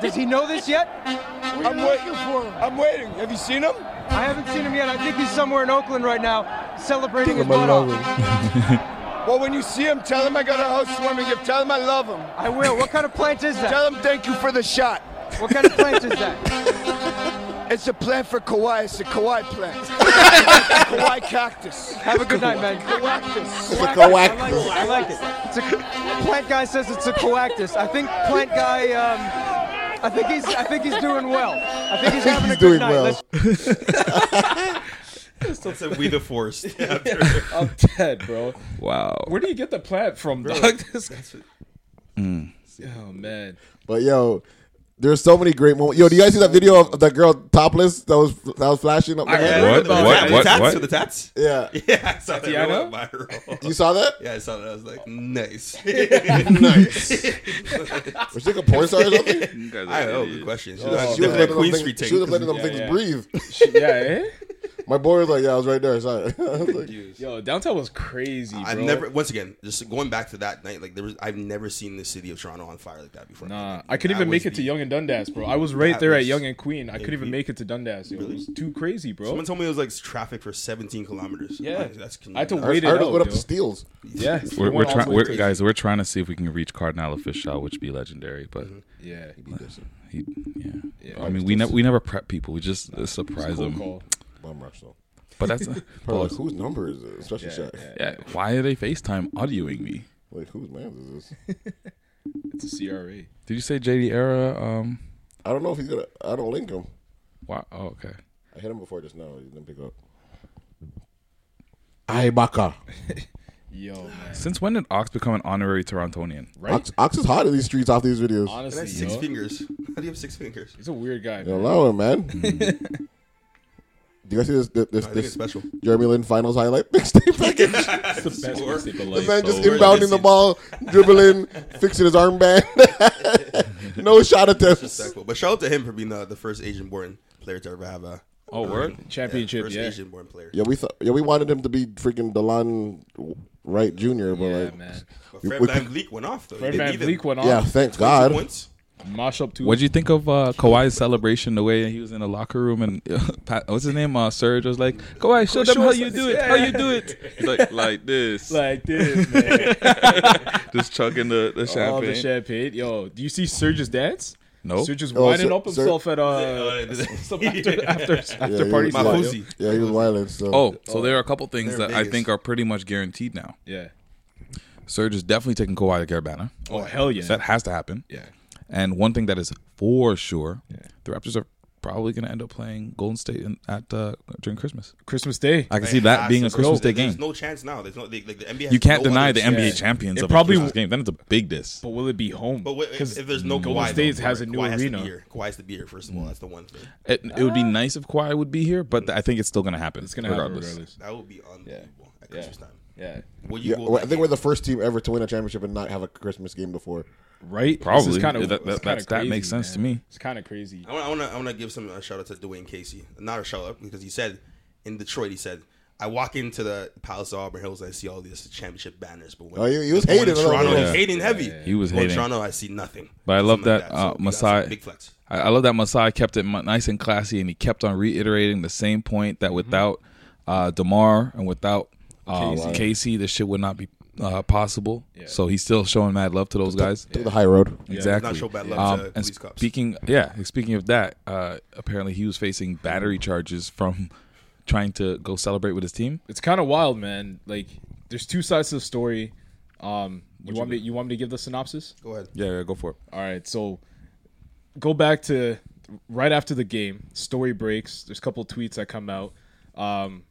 Does he know this yet? I'm waiting for him. I'm waiting. Have you seen him? I haven't seen him yet. I think he's somewhere in Oakland right now, celebrating his butt off. Well, when you see him, tell him I got a housewarming gift. Tell him I love him. I will. What kind of plant is that? Tell him thank you for the shot. What kind of plant is that? It's a plant for Kawhi. It's a Kawhi plant. Kawhi cactus. Have a good night, man. Coactus.
It's a coactus.
I like it. I like it. It's a, plant guy says it's a coactus. I think plant guy. Um, I think he's. I think he's doing well. I think he's
I
having a
think
good
he's
night. Let's-
Still said we the force.
I'm dead, bro.
Wow.
Where do you get the plant from,
Bro,
dog? This-
Mm.
oh man.
But yo, there's so many great moments. Yo, do you guys see that video of, of that girl topless that was that was flashing up?
I
there?
heard What? about What? that. What? The tats? What? The tats?
Yeah.
Yeah, I saw that. It
Tatiana?
went viral.
You saw that?
Yeah, I saw that. I was like, nice,
Nice. Was she like a porn star or something?
You guys are I don't know. idiots. Good question. Oh, She was like-
she was
like
letting them
Queen
things-
Street
She was
tape.
letting them
Yeah,
things
yeah.
breathe.
yeah, eh?
My boy was like, "Yeah, I was right there." Sorry. I was like,
Yo, downtown was crazy, bro.
I've never. Once again, just going back to that night, like there was. I've never seen the city of Toronto on fire like that before. Nah,
I couldn't even make it to Young and Dundas, bro. I was right
That
there at
was-
Young and Queen. I couldn't even
Indeed.
make it to Dundas. Yo. It was too crazy, bro.
Someone told me it was like traffic for 17 kilometers.
Yeah.
Like, that's.
I had to
crazy.
wait it Ours- ours out, went up yo. to
Steels.
Yes.
We're,
It
we're
went all
trying,
the way
we're,
to-
guys. We're trying to see if we can reach Cardinal Official, which would be legendary. But
Mm-hmm. Yeah.
he, yeah. I mean, we never we never prep people. We just uh, surprise them.
Bum rush though.
But that's
Bro, like, whose number is this? Especially
yeah,
Shaq.
yeah. Why are they FaceTime audioing me?
Like, whose man is this?
It's a CRA.
Did you say JD Era? Um,
I don't know if he's gonna. I don't link him.
Why? Oh, okay.
I hit him before just now. He didn't pick up. Ibaka.
Yo, man.
Since when did Ox become an honorary Torontonian?
Right?
Ox, Ox is hot in these streets off these videos.
And I have
Honestly,
six
yo.
fingers. How do you have six fingers?
He's a weird guy.
Yo,
man.
allow him, man. Do you guys see this? This, this,
I think
this
it's special.
Jeremy Lin finals highlight mixtape package.
It's the best Score. mixtape of
The
life,
man just
bro.
inbounding the ball, dribbling, fixing his armband. no shot attempts.
Disrespectful. But shout out to him for being the, the first Asian-born player to ever have a
Oh, word? Championship,
first
yeah.
Asian-born player.
Yeah, we thought. Yeah, we wanted him to be freaking Delon Wright Jr. But
Yeah,
like,
man.
But
we-
Fred
we-
Van Vliet went off though.
Fred
They
Van
beat him.
Vliet went off.
Yeah, thank God.
Mosh up two.
What'd you think of uh, Kawhi's celebration? The way he was in the locker room and Pat, what's his name? Uh, Serge was like, "Kawhi, Oh, show them how you do it. How you do it." He's like, like this,
like this, man.
just chugging the, the
All the
champagne.
champagne. Yo, do you see Surge's dance?
No.
Surge is
Oh,
winding
Sur-
up himself
Sur-
at uh, some after after,
Yeah,
after
he
party.
was wild. Yeah, he was wild. So.
oh, so there are a couple things
uh, They're
that I
Vegas.
think are pretty much guaranteed now.
Yeah.
Surge is definitely taking Kawhi to Carabana.
Oh, hell yeah.
So that has to happen.
Yeah.
And one thing that is for sure, the Raptors are probably going to end up playing Golden State in, at uh, during Christmas.
Christmas Day.
I can see
Ah,
that being a Christmas Day game.
There's no chance now. There's no like, like the NBA.
You
has
can't
no
deny
other
the NBA
chance.
champions
It
of probably
probably
a Christmas game. Then it's a big diss.
But will it be home?
But wait, if,
'Cause
if there's no
Golden
Kawhi,
State
though,
has a
Kawhi
new
has to be
arena.
here. Kawhi has to be here. First
Mm.
of all, that's the one thing.
It, it would be nice if Kawhi would be here, but I think it's still going to happen. It's
Ah. gonna happen
regardless.
That would be unbelievable at Christmas time.
Yeah.
Will you
Yeah,
go
well, I think we're the first team ever to win a championship and not have a Christmas game before.
Right?
Probably. Yeah, that- that- that- that makes sense to me.
It's kind of crazy.
I want, I want to, I want to give some a shout out to Dwayne Casey. Not a shout out because he said in Detroit, he said, "I walk into the Palace of Auburn Hills, I see all these championship banners, but when
Oh, he- he was
but when
hating a
in
little
Toronto,
bit.
he's hating heavy.
He was
When in
hating.
Toronto. I see nothing.
But I love
Something like
that,
So
uh,
he got
Masai.
some Big flex.
I, I love that Masai kept it mu- nice and classy, and he kept on reiterating the same point that without uh, Demar and without um,
Casey.
Casey. this shit would not be uh, possible. So he's still showing mad love to those guys.
took the high road.
Yeah,
exactly. Um,
not show bad love to
and
police cops.
Speaking, yeah, and speaking of that, uh, apparently he was facing battery charges from trying to go celebrate with his team.
It's kind of wild, man. Like, there's two sides to the story. Um, you want me? You want me to give the synopsis?
Go ahead.
Yeah, yeah, go for it.
All right, so go back to right after the game. Story breaks. There's a couple tweets that come out. Um,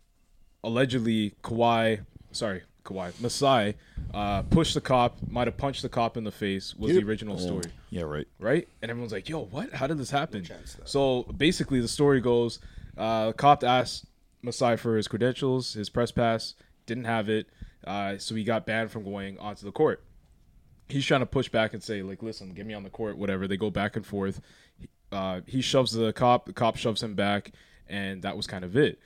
allegedly, Kawhi, sorry, Kawhi, Masai uh, pushed the cop. Might have punched the cop in the face. Was
Yeah.
the original
Oh.
story?
Yeah, right.
Right? And everyone's like, "Yo, what? How did this happen?" so basically, the story goes: Uh, cop asked Masai for his credentials, his press pass, didn't have it, uh, so he got banned from going onto the court. He's trying to push back and say, like, listen, get me on the court, whatever. They go back and forth. Uh, he shoves the cop, the cop shoves him back, and that was kind of it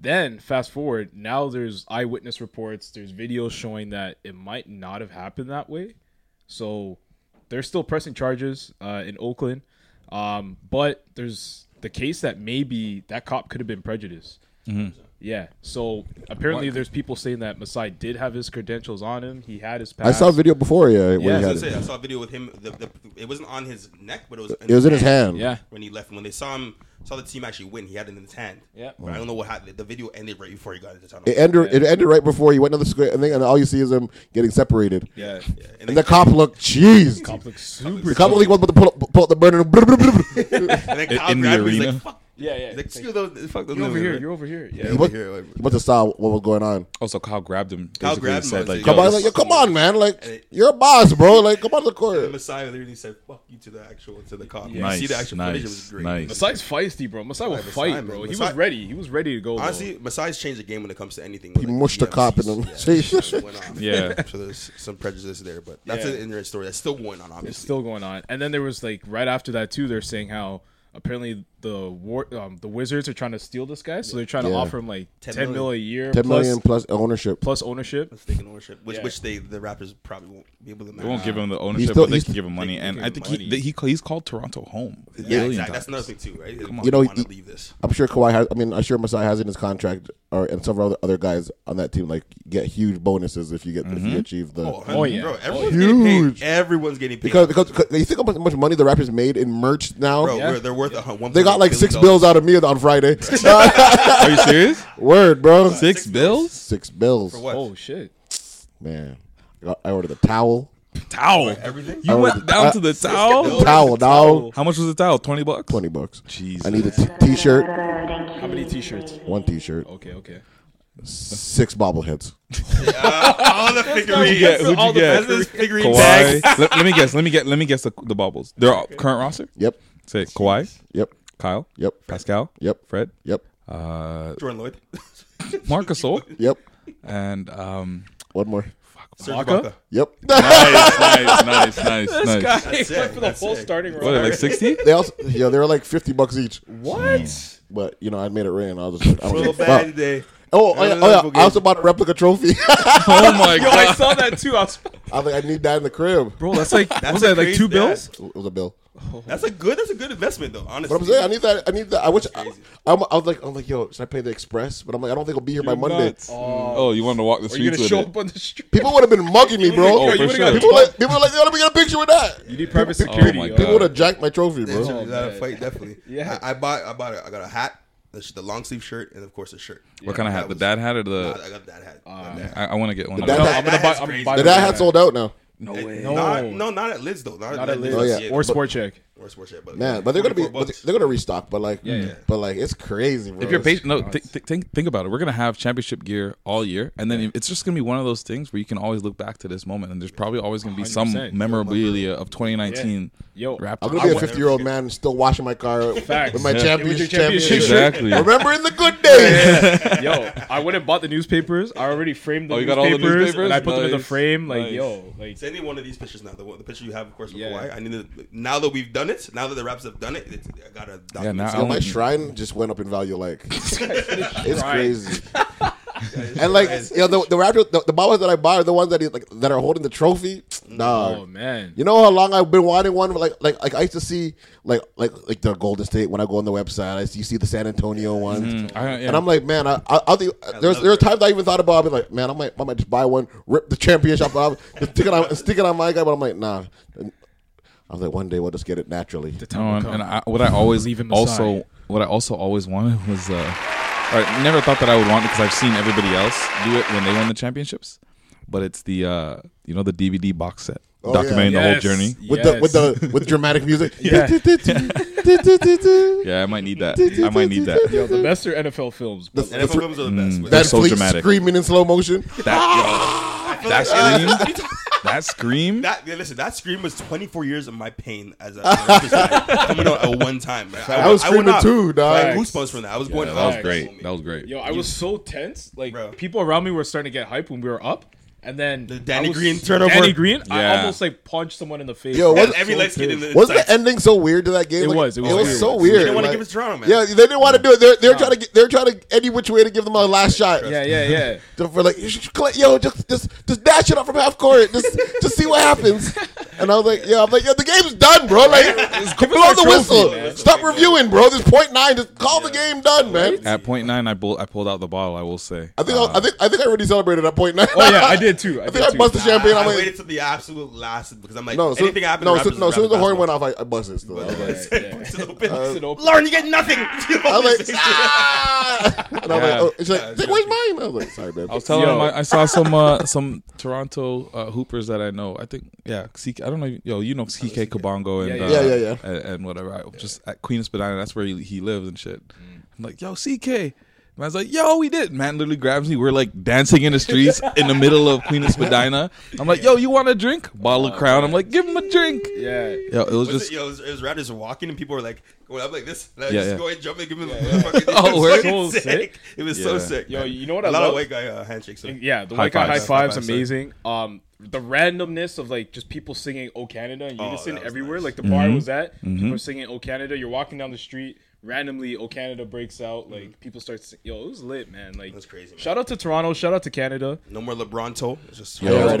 then fast forward now there's eyewitness reports there's videos showing that it might not have happened that way so they're still pressing charges uh, in oakland um, but there's the case that maybe that cop could have been prejudiced
Mhm.
yeah so apparently there's people saying that masai did have his credentials on him he had his
I
pass.
saw a video before, yeah, when
Yeah,
he
I,
had
was gonna
it.
say, I saw a video with him. The, the, it wasn't on his neck, but it was.
It was in his hand. Yeah.
When he left, when they saw him, saw the team actually win, he had it in his hand.
Yeah.
But I don't know what happened. The video ended right before he got into the tunnel.
It ended. It ended right before he went on the square, and, then, and all you see is him getting separated.
Yeah, yeah.
And, the cop looked, jeez.
Cop looked
The cop looked like was about to pull, up- pull out the burner. and
and then Kyle grabbed him. He's like, "Fuck."
Yeah, yeah.
He's like, "Screw those. Fuck those."
You're over
niggas,
here,
man."
you're over here.
he, must, he must have saw what was going on.
Oh, so Kyle grabbed him.
Kyle
basically,
grabbed him,
said, like,
honestly.
yo,
Come on,
this-
like, yo, come on, man.
And
Like,
it-
you're a boss, bro. Like, come on to the court.
And the Messiah literally said, "Fuck you" to the actual to the cop. You
Nice,
see the actual footage.
nice,
It was great.
nice.
Masai's feisty, bro. Masai will
Masai,
fight,
man.
bro. He
Masai-
was ready. He was ready to go.
Honestly, Masai's changed the game when it comes to anything.
He mushed a cop in the face.
Went on.
Yeah.
So there's some prejudice there, but that's
Yeah.
an interesting story. That's still going on,
It's
obviously.
still going on. And then there was like right after that too. They're saying how apparently the war, um, the Wizards are trying to steal this guy, so they're trying to
Yeah.
offer him like
10
ten mil
million.
a year,
Ten
plus-
million plus ownership.
plus ownership.
Let's take an ownership, which
Yeah.
which they the Raptors probably won't be able to.
They won't
match.
give him the
He's
ownership,
still-
but they
he's-
can give him money.
They
And
can
I
give
think
him
he, he he's called Toronto home. a
Yeah,
billion
exactly. That's
times.
another thing too, right?
Come on.
you know,
want to
he-
leave this.
I'm sure Kawhi has. I mean, I'm sure Masai has in his contract, or and several other, other guys on that team like get huge bonuses if you get if you
Mhm.
achieve the.
Oh,
Oh, yeah.
bro,
Oh,
everyone's
yeah.
getting
Huge.
paid. Everyone's getting paid.
Because, because because you think about how much money the Raptors made in merch now.
bro, we're- they're worth a hun- one.
They got like six bills out of me on Friday. Ah,
Are you serious?
Word, bro.
Six bills?
Six bills.
For what?
Oh shit!
Man, I got- I ordered a towel.
Towel.
Everything.
I
You
ordered
went down
I-
to the Uh, towel.
Oh,
The towel, dog.
How much was the towel? Twenty bucks.
Twenty bucks.
Jesus.
I need a t- t-shirt,
How many T-shirts?
one t-shirt,
Okay, okay.
six bobbleheads.
all the
Who'd
figurines.
you get? Who'd you
That's
get?
his figurine
Kawhi.
bags.
let, let me guess. Let me get. Let me guess the, the bobbles. They're all current roster.
Yep.
Say Kawhi,
Yep.
Kyle,
Yep.
Pascal,
Yep.
Fred,
Yep.
uh,
Jordan Lloyd.
Marcus Gasol,
Yep.
and um.
One more.
Serge
Ibaka?
Ibaka.
Yep.
Nice, nice, nice, nice,
This
nice.
guy went for the whole starting
What,
row.
like sixty?
They also, yeah, they were like fifty bucks each.
What?
But you know, I made it rain. I was just like, I was
Real
like,
bad
fuck.
today.
Oh, oh, yeah, oh, yeah. I also bought a replica trophy.
Oh my
Yo, I
god,
saw that too. I was,
I was like, I need that in the crib.
bro, that's like what was
a
that like
crazy
two
dad.
bills?
It was a bill.
That's a good. That's a good investment, though. Honestly,
But I'm saying I need that. I need that. I wish. I,
Crazy.
I'm, I was like, I'm like, yo, should I pay the express? But I'm like, I don't think I'll be here by Monday.
Nuts. Oh, you wanted to walk the
are you
streets
gonna
with
show
it?
up on the street?
People would have been mugging me,
Oh,
bro.
for
people,
sure.
people like, people were like, yo, let me get a picture with that.
You need private
Oh
security.
my
yo.
God.
People would have jacked my trophy,
They
bro.
should be out of fight definitely.
Yeah.
I, I bought. I bought. A, I got a hat. The, sh- the long sleeve shirt and of course a shirt.
What kind of hat? The
was-
dad hat or the?
I got that hat.
Ah,
I, I want to get one.
dad
of
hat-
those.
I'm gonna buy.
That's
I'm gonna
crazy.
buy
The
the
dad hat sold out now.
No way.
No.
Not, no, not at Lids though. Not,
Not at
Lids.
Lids.
Oh, yeah.
or sport check.
Or sport check, but
Man, but they're gonna be,
24
but
bucks.
they're gonna restock. But like, but like, it's crazy, bro.
If you're
It's-
patient, no, th- th- think think about it. We're gonna have championship gear all year, and then it's just gonna be one of those things where you can always look back to this moment, and there's probably always gonna be some
100%.
memorabilia of 2019.
Yo,
Raptors.
I'm gonna be a
I want-
50 year old man still washing my car
Facts.
with my
Yeah.
champions,
With your
championship.
championship
shirt.
Exactly.
Remembering the good days.
yo, I went and bought the newspapers. I already framed the,
Oh, you
newspapers,
got all the newspapers?
and I put them in the
Nice.
frame. Like,
Nice.
yo, like
Send me one of these pictures now. The, one- the picture you have, of course, with
Yeah.
Kawhi. I need to. Now that we've done it, now that the Raps have done it, it's, I gotta. Document
now
this.
I
Yo,
want-
my shrine just went up in value. Like it's
Right.
crazy. and like you know, the, the Raptors, the, the bobbleheads that I buy are the ones that he, like that are holding the trophy. Nah,
oh man,
Uh, you know how long I've been wanting one. Like like like I used to see like like like the Golden State when I go on the website. I see, you see the San Antonio ones.
I- yeah.
And I'm like, man, I, I, I think there's
love
there are
that.
times I even thought about. I'll be like, man, I might I might just buy one, rip the championship off, just stick it on stick it on my guy. But I'm like, nah. I was like, one day we'll just get it naturally.
No, and, and I, what I always
Believe in
also
Masai.
what I also always wanted was uh, or I never thought that I would want it because I've seen everybody else do it when they won the championships, but it's the uh, you know the DVD box set
Oh, yeah.
documenting the whole journey.
with the with the with dramatic music.
Yeah.
Yeah, I might need that. I might need that.
yo, the best are NFL films. Bro.
NFL
Mm.
films are the best.
They're
Van
so
Fleet
dramatic.
screaming in slow motion.
That, yo, that scene, That scream.
That yeah, listen, that scream was 24 years of my pain as a as a- coming out at one time. man.
I was
would
screaming too, dog.
I had goosebumps from that. I was going.
that was great. That was great.
Yo, I was so tense. Like people around me were starting to get hype when we were up. And then the
Danny Green turnover.
Danny Green,
Yeah.
I almost like punched someone in the face.
Yo, was, was the
Like,
ending so weird to that game?
It
Like,
was, it was weird.
so
They
weird.
didn't wanna
like-
give us Toronto, man.
Yeah, they didn't want to do it. They're they're trying to get, they're trying to any which way to give them a last shot.
Yeah, yeah, yeah.
To- For like, you should collect- yo, just just just dash it up from half court, just just see what happens. And I was like, yeah, I'm like, yo, the game's done, bro. Like,
give us
blow
our
the
trophy,
whistle.
man.
Stop reviewing, bro. There's point nine. Just call the game done, man.
At uh, point nine, I pulled. I pulled out the bottle. I will say.
I think I, I think I think I already celebrated at point nine.
Oh, yeah, I did too. I
I,
did
think I
too.
busted champagne.
I
I'm like,
waited to the absolute last because I'm like,
no, so,
anything happens.
no,
Raptors
so,
is
no. As soon as the
Raptors
horn went off, I, I busted. Still, I was like,
Lauren, you get nothing.
I was like, ah! and I'm
Yeah.
like, oh, she's like, "Take- where's mine? I was like, sorry, babe.
I was telling him I, I saw some uh, some Toronto uh, Hoopers that I know. I think yeah, CK, I don't know. if- Yo, you know CK Kabongo and
Yeah,
uh,
yeah. Yeah, yeah,
and, and whatever. I, just at Queen Spadina, that's where he, he lives and shit. I'm like, yo, CK. Man's like, yo, we did. Man literally grabs me. We're like dancing in the streets in the middle of Queen of Spadina. I'm like, yo, you want a drink? Bottle of Crown. I'm like, give him a drink.
Yeah.
Yo, it was
Was
just
it, yo, it was, it was Raptors walking and people were like going up like this. Like,
Yeah,
just
yeah.
go and jump and give him the fucking.
Oh,
it was
word?
fucking
So sick.
It was so
Yeah.
sick.
Yo,
man.
you know what I
A lot
love?
of white guy uh, handshakes.
Yeah, the
High
white guy high
fives.
fives
High fives,
amazing. Um, the randomness of like just people singing "O Canada" in
Oh,
unison
that was
everywhere.
nice.
Like the bar I
Mhm.
was at, people
Mhm.
were singing "O Canada." You're walking down the street, randomly "O Canada" breaks
Mm-hmm.
out. Like people start, sing- yo, it was lit, man. Like that's crazy. Shout out to Toronto. Shout out to Canada.
No more LeBron toe. It's just
Yo, I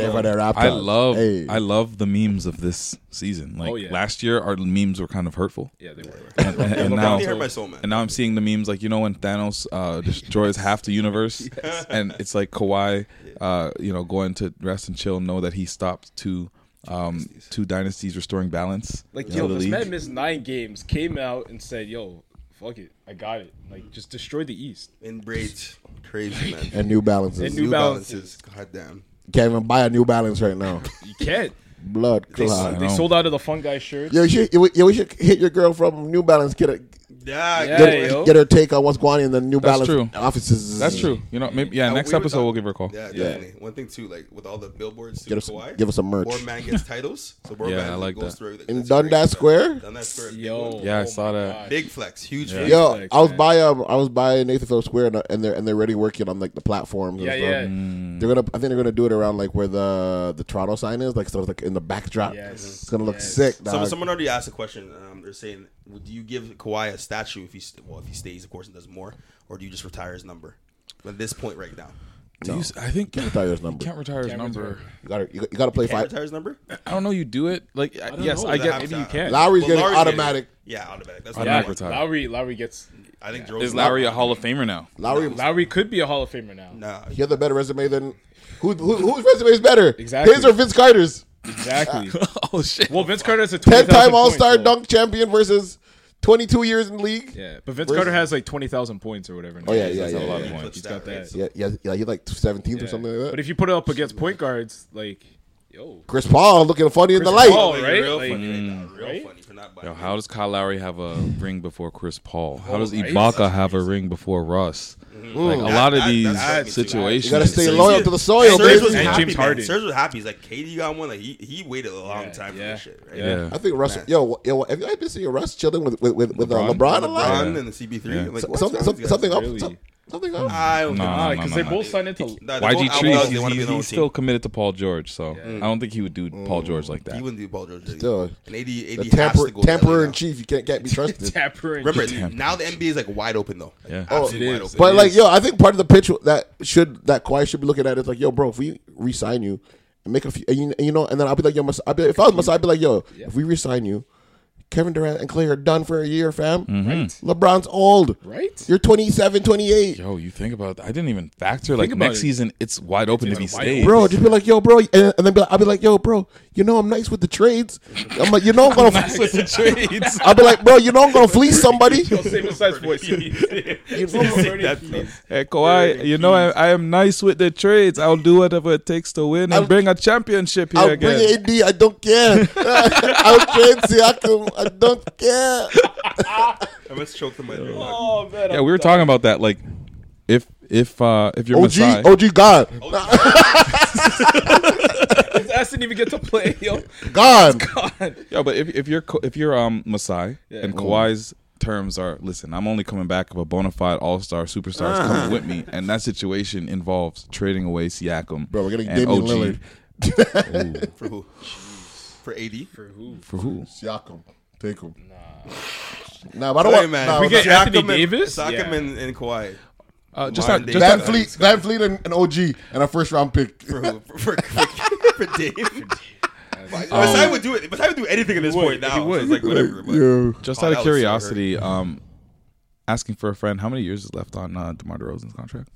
love I love the memes of this season. Like
Oh, yeah.
last year, our memes were kind of hurtful.
Yeah, they were.
And, and- and
They
now,
hurt my soul, man.
and now I'm seeing the memes like you know when Thanos uh, destroys half the universe, and it's like Kawhi, uh, you know, going to rest and chill, and know that he stopped two um, two dynasties restoring balance.
Like
to
yo,
the
this
league.
man missed nine games, came out and said, "Yo, fuck it, I got it." Like just destroy the East
and braids, crazy man.
And New Balances.
And New,
New Balances.
Balances.
God damn.
Can't even buy a New Balance right now.
You can't.
Blood
They,
clot.
they sold out of the fungi shirts.
Yo, you should, you, you should hit your girl from New Balance. Get a,
Yeah,
get,
yo.
get her take on what's going on in the New
That's
Balance
true.
offices.
That's true. You know, maybe yeah.
Uh,
next
we were
episode,
talking-
we'll give her a call.
Yeah,
Yeah.
definitely. One thing too, like with all the billboards, to
Give us-
Kawhi,
give us some merch.
More man gets titles. So more
Yeah,
man
I like
goes
that.
through everything.
In
That's
Dundas
great, man.
Square?
Dundas Square. big
Yo. oh
one.
Yeah, I saw that.
Big flex, huge.
Yeah.
flex.
Yo, I was by um, I was by Nathanville Square and, and they're and they're already working on like the platforms.
Yeah,
and stuff.
yeah.
Mm.
They're gonna, I think they're gonna do it around like where the the Toronto sign is, like so it's like in the backdrop. It's gonna look sick.
Some,
dog.
someone already asked a question. Um, they're saying, "Would you give Kawhi a statue if he st- well if he stays, of course, and does more, or do you just retire his number?" At this point, right now,
Do you s- I think
Can't retire his number.
You can't retire his
Can't
number.
retire.
You gotta you, gotta play
You can't
five.
retire his number.
I don't know. You do it like
don't
yes.
know.
I
That
get
happens
maybe you
out.
can.
Lowry's
Well,
getting
Lowry's
automatic.
Yeah, automatic. That's
Automatic
the
retire.
Lowry, Lowry gets.
I think Jerome's
Is Lowry a Hall of Famer now?
Lowry,
Lowry could be a Hall of Famer now.
Nah,
he had the better resume than who, who whose resume is better?
Exactly.
His or Vince Carter's?
Exactly.
oh shit.
Well, Vince Carter is a
Ten
20,000
time
point,
All Star
though.
dunk champion versus twenty two years in the league.
Yeah, but Vince
Versus-
Carter has like twenty thousand points or whatever.
Oh yeah,
He's
yeah,
got
yeah.
a lot of
yeah.
points. He's got that.
Yeah, yeah, yeah. He like seventeenth or
Yeah.
something like that.
But if you put it up against point guards, like yo,
Chris Paul looking funny in the
Chris
light.
Paul, right?
Oh, Real
Like,
funny right now.
mm,
Real
right?
funny for not buying.
Yo, how does Kyle Lowry have a ring before Chris Paul? How
Oh,
does
right?
Ibaka have a ring before Russ?
Mhm.
Like a
That-
lot of
that-
these
that's hurt me too.
situations,
You gotta stay
it's-
loyal to the soil,
And Serge
baby.
was
And
happy,
James
man.
Harden.
Serge was happy. He's like, KD got one. Like he, he waited a long time for this shit. Right?
Yeah.
I think Russ. Yo, yo, have you guys been seeing Russ chilling with with with, with LeBron? Uh, LeBron a lot?
LeBron and the CB3.
Yeah.
I'm Like,
So-
what's
something-
wrong with these guys?
something up- Really? some- something up.
I don't
No,
think-
no, no,
because
no,
ah, they
no.
both signed into
No, they're
YG
both
Tree,
outlaws.
he's,
They wanna be
he's,
their own team.
still committed to Paul George, so I don't think he would do Paul George like that.
He wouldn't do Paul George. did he?
Still,
and AD, AD
the
has
tamper,
to go to LA
tamperer in
now.
chief. You can't can't be trusted.
Tapper and
Remember,
Jimmy.
now the NBA is like wide open though.
Yeah.
Oh,
Absolutely wide open.
But like, yo, I think part of the pitch that should that Kawhi should be looking at is like, yo, bro, if we resign you and make a few, and you, and you know, and then I'll be like, yo, Mas- I'll be, if I was Masai, I'd be like, yo, if we resign you, Kevin Durant and Clay are done for a year, fam.
Right.
LeBron's old.
Right.
You're 27, 28.
Yo, you think about that. I didn't even factor. Like
about
next
it.
season, it's wide open if he stays.
Bro, just be like, yo, bro, and, and then be like, I'll be like, yo, bro, you know I'm nice with the trades. I'm like, you know I'm gonna,
Nice with the trades.
I'll be like, bro, you know I'm gonna fleece somebody.
Yo, save the size voice. you
Hey, Kawhi, you know I, I am nice with the trades. I'll do whatever it takes to win and bring a championship here
I'll
again.
bring AD. I don't care. I'll trade Siakam. I don't care.
I must choke them.
Oh man.
yeah, we were talking about that. Like, if if uh if you're
OG,
Masai,
OG God.
I didn't even get to play, yo.
God.
God.
Yeah, but if if you're Ka- if you're um Masai
Yeah.
and
Mm.
Kawhi's terms are listen, I'm only coming back if a bona fide all star superstar is
Ah.
coming with me, and that situation involves trading away Siakam.
Bro, we're getting
and
Damian
OG.
Lillard.
Ooh,
For who? For AD? For who?
For who?
Siakam. Take him. Nah, but I don't
Sorry,
want.
man.
Nah,
We
I'm
get
not-
Anthony Siakam and- Davis? Siakam
Yeah.
and- and Kawhi.
Uh,
just Modern not- day just
Van
not-
Fleet, Van Fleet, and, and OG, and a first round pick.
For who? For, for, for, for Dave. But I would do it. But I would do anything at this point now. so it's like whatever. but-
Just
Oh,
out of
that would still hurt.
curiosity, um, asking for a friend, how many years is left on uh, DeMar DeRozan's contract?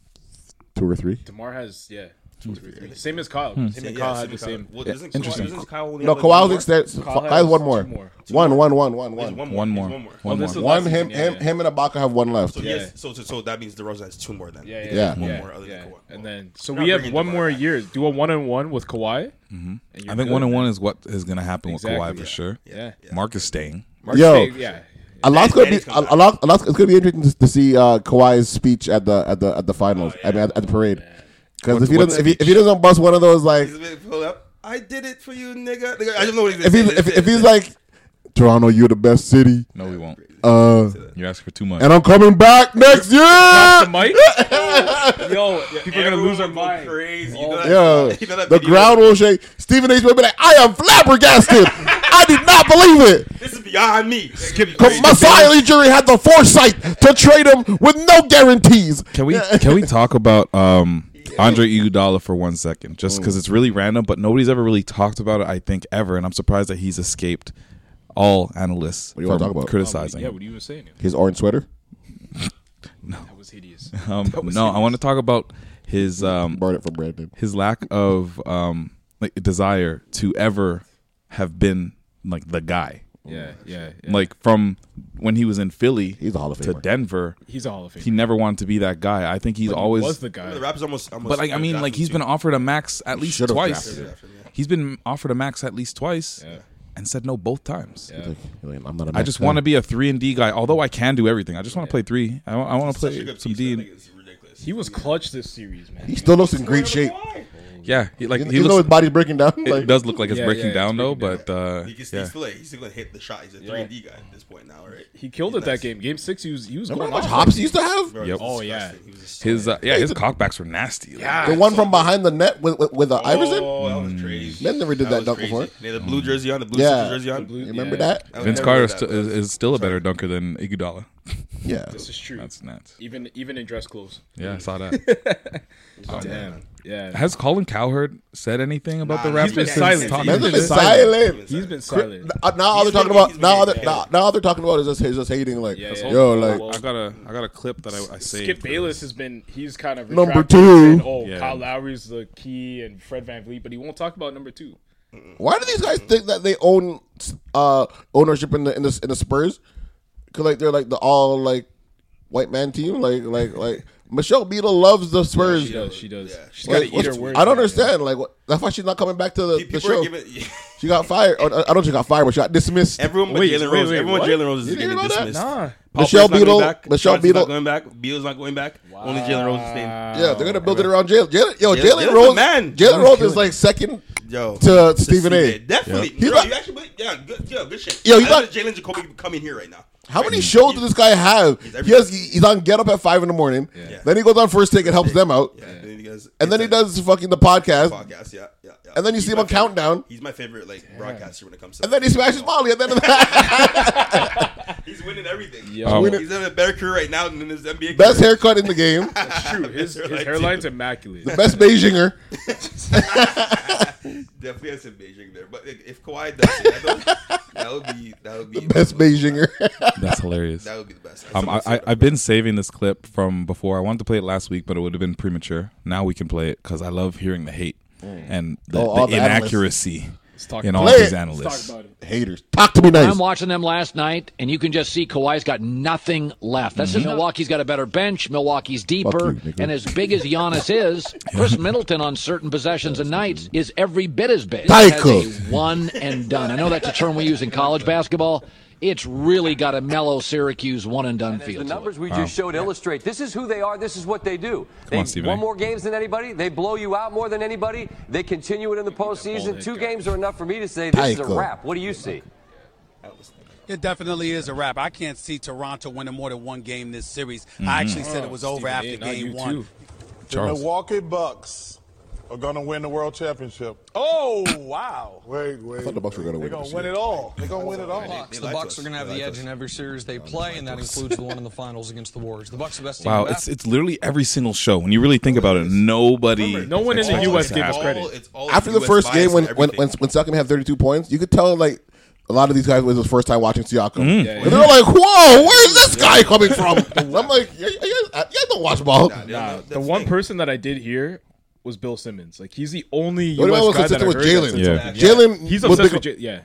Two or three.
Demar has yeah, two, three, three. same as Kyle.
Hmm.
Him and
Yeah,
Kyle
same
had the
as Kyle.
same.
Well,
Yeah, doesn't Kyle- interesting. doesn't Kyle only
No,
have, like, one
Kawhi's
more?
extends.
Kyle
Kyle has
has
one
two
more.
more. Two
One,
more.
one, one, one, one.
There's one more. One more. Oh, this is
One.
last
Him,
season, yeah,
him,
yeah.
him, and Ibaka have one left.
So yes. So, so so that means DeRozan has two more then.
Yeah, yeah,
Yeah.
yeah,
One
yeah,
more other than
yeah. And then so
We're
we
not
have
bringing
one more year. Do a one on one with Kawhi.
Mhm.
and
I
you're
think
good.
one on one is what is going to happen with
Exactly.
Kawhi for
Yeah.
sure.
Yeah.
Mark is staying.
Yo,
yeah.
a lot's gonna be
Danny's
a, a lot. A lot. It's gonna be interesting to, to see uh, Kawhi's speech at the at the at the finals. I mean, at, at the parade. Because
What-
if he
what
doesn't, if he, if he doesn't bust one of those like,
He's been pulled up. I did it for you, nigga. Like, I don't know what he's
if he's if, if he's like, Toronto, you're the best city.
No, we won't.
Uh,
You're asking for too much.
And I'm coming back next year.
Drop the mic. Yo, people are gonna lose their mind.
Crazy.
Yeah, the ground will shake. Stephen H. will be like, I am flabbergasted. I did not believe it.
This is beyond me. Skip.
Because Masai Ujiri had the foresight to trade him with no guarantees.
Can we can we talk about um Andre Iguodala for one second? Just because it's really random, but nobody's ever really talked about it. I think ever, and I'm surprised that he's escaped all analysts
What do you
from
wanna talk about?
criticizing.
Oh, Yeah, what are you even saying?
His orange sweater.
That was hideous.
Um,
That was
no, I
hideous.
want to talk about his um,
borrowed it from Brandon.
His lack of um, like desire to ever have been like the guy.
Yeah, yeah,
Like from when he was in Philly, he's
a Hall of
to Denver.
He's a Hall of
He never wanted to be that guy. I think he's
But he
always
was the guy.
The Raptors almost. almost
But like I mean,
drafted
like
him
he's
too.
been offered a max at least
Should've
twice.
drafted him. Should've drafted him,
He's been offered a max at least twice, and said no both times.
I'm not a
I
max
just
guy."
want to be a three and D guy. Although I can do everything, I just want to play three. I, want to
Such a
play
good
some D. And,
He was clutch this series, man.
He still looks in great shape.
yeah, he, like
You-
he
you know
looks,
his body's breaking down,
It
like-
does look like it's
Yeah,
breaking
yeah,
down
it's
though,
breaking
but uh,
He can
yeah.
he's still like, he's still gonna hit the shot. He's a three and D guy at this point now, right?
He killed it that game. Game six, he was he was
Remember
going
how much
off.
hops he used to have?
Yep.
Oh yeah.
His uh, yeah, his cockbacks were nasty.
Yeah.
The one from behind the net with with, with uh, Iverson.
Oh, that
Mm.
was crazy.
Men never did that,
was
dunk
crazy.
before.
They had the blue jersey on, the blue
Yeah.
jersey on.
You remember that?
I would
Vince
never
Carter
do
is,
that,
still-
but-
is, is still a better dunker than Iguodala.
Yeah.
This is true.
That's nuts.
Even even in dress clothes.
Yeah, I saw that. Oh,
Damn.
man.
Yeah.
Has Colin Cowherd said anything about the
Nah,
Raptors?
he's been
since
silent.
Tommy
Man's been
Shea?
silent.
He's been
Cri-
silent.
Uh, Now all they're talking about now all they're now, now all they're talking about is just is just hating like
This whole-
yo like
I got a I got a clip that I, I saved.
Skip Bayless has been he's kind of
Number
retracted and
two.
saying, oh,
Yeah.
Kyle Lowry's the key and Fred Van Vliet, but he won't talk about number two.
why do these guys think that they own uh ownership in the in the in the Spurs? Cause like they're like the all like white man team like like like Michelle Beadle loves the Spurs.
She does. She does. She's
Like,
got to eat her
what's-
words.
I don't
man.
understand. Like, what, that's why she's not coming back to the, the
people are
show.
giving-
she got fired. Or, I don't think she got fired, but she got dismissed.
Everyone but Jalen Rose. everyone but Jalen Rose is getting dismissed.
Nah.
Paul
Michelle
Pierce's not
Beadle-
going back.
Michelle
Johnson's
Beadle-
not going back. Beal's not going back. Only Jalen Rose is staying.
Yeah, they're gonna build it around Jalen. Jalen, yo,
Oh, Jalen- Jalen's
Jalen
the
Rose,
man.
Jalen Rose is
Killing.
like second
Yo, to
to Stephen
Stephen
A.
A. Definitely.
He's
Bro,
like,
you actually, yeah, good, yeah, good shit.
Yo,
Yo,
he's
you
not-
got Jalen Jacoby come in here right now.
how many shows does this guy have? He has, he's on Get Up at five in the morning. Then he goes on First Take and helps them out.
And then he does
And then he does fucking the podcast.
podcast, yeah, yeah, yeah.
And then you
He's
see him
my
on
favorite-
Countdown.
He's my favorite like broadcaster when it comes to.
And then he smashes Molly at the end of that.
he's winning everything.
Oh.
Yo. Winning-
He's having a better career right now than his NBA.
Best
career.
haircut in the game.
That's true. His, his
Hairline
hairline's
too.
immaculate.
The best Beijinger.
Definitely has some Beijing there, but if if Kawhi does it, I don't- that would be that would be
The best Beijinger.
That's hilarious.
That would be the best.
Um, I, I, I've been saving this clip from before. I wanted to play it last week, but it would have been premature. Now we can play it because I love hearing the hate
Mm.
and the,
Oh, all
the
the analysts.
inaccuracy
Let's talk
in
about
all
it.
these
Play it. Let's
analysts.
talk about it. Haters. Talk to me nice.
I'm watching them last night, and you can just see Kawhi's got nothing left. That's
Mhm.
Mm-hmm.
just Milwaukee's got a better bench. Milwaukee's deeper.
Fuck you, nigga.
and as big as Giannis is, Chris Middleton on certain possessions and nights is every bit as big.
Tycho.
As a one and done. I know that's a term we use in college basketball. it's really got a mellow Syracuse one and done feel.
The
to it.
numbers we
Wow.
just showed illustrate this is who they are. This is what they do.
Come on,
they
Stephen A.
won more games than anybody. They blow you out more than anybody. They continue it in the postseason. Two games are enough for me to say this is a
Tycho.
wrap. What do you see?
It definitely is a wrap. I can't see Toronto winning more than one game this series. I actually said it was over after game one.
The Milwaukee Bucks are going to win the World Championship.
Oh wow!
Wait, wait.
I thought the Bucks were going to win.
They're going
this
to win
year.
it all. They're going to win it all.
Bucks. The Bucks are going to have the edge in every series
Oh
they play, and that includes the one in the finals against the Warriors. The Bucks are the best team.
Wow,
in
it's it's literally every single show. When you really think about it, nobody,
No one in the
expects
US
that
gave
to
us
happen.
credit.
After the first game, when when, when when Siakam had 32 points, you could tell like a lot of these guys was his first time watching Siakam,
Mm. Yeah,
and
yeah.
they're like, "Whoa, where's this guy coming from?" And I'm like, "You you guys you guys don't watch ball."
Nah, the one person that I did hear was Bill Simmons. Like he's the only
The only one
US
was
guy that I
consistent
heard
with Jalen.
that's-
Jalen,
he's
was
obsessed
big-
with Jalen. Yeah.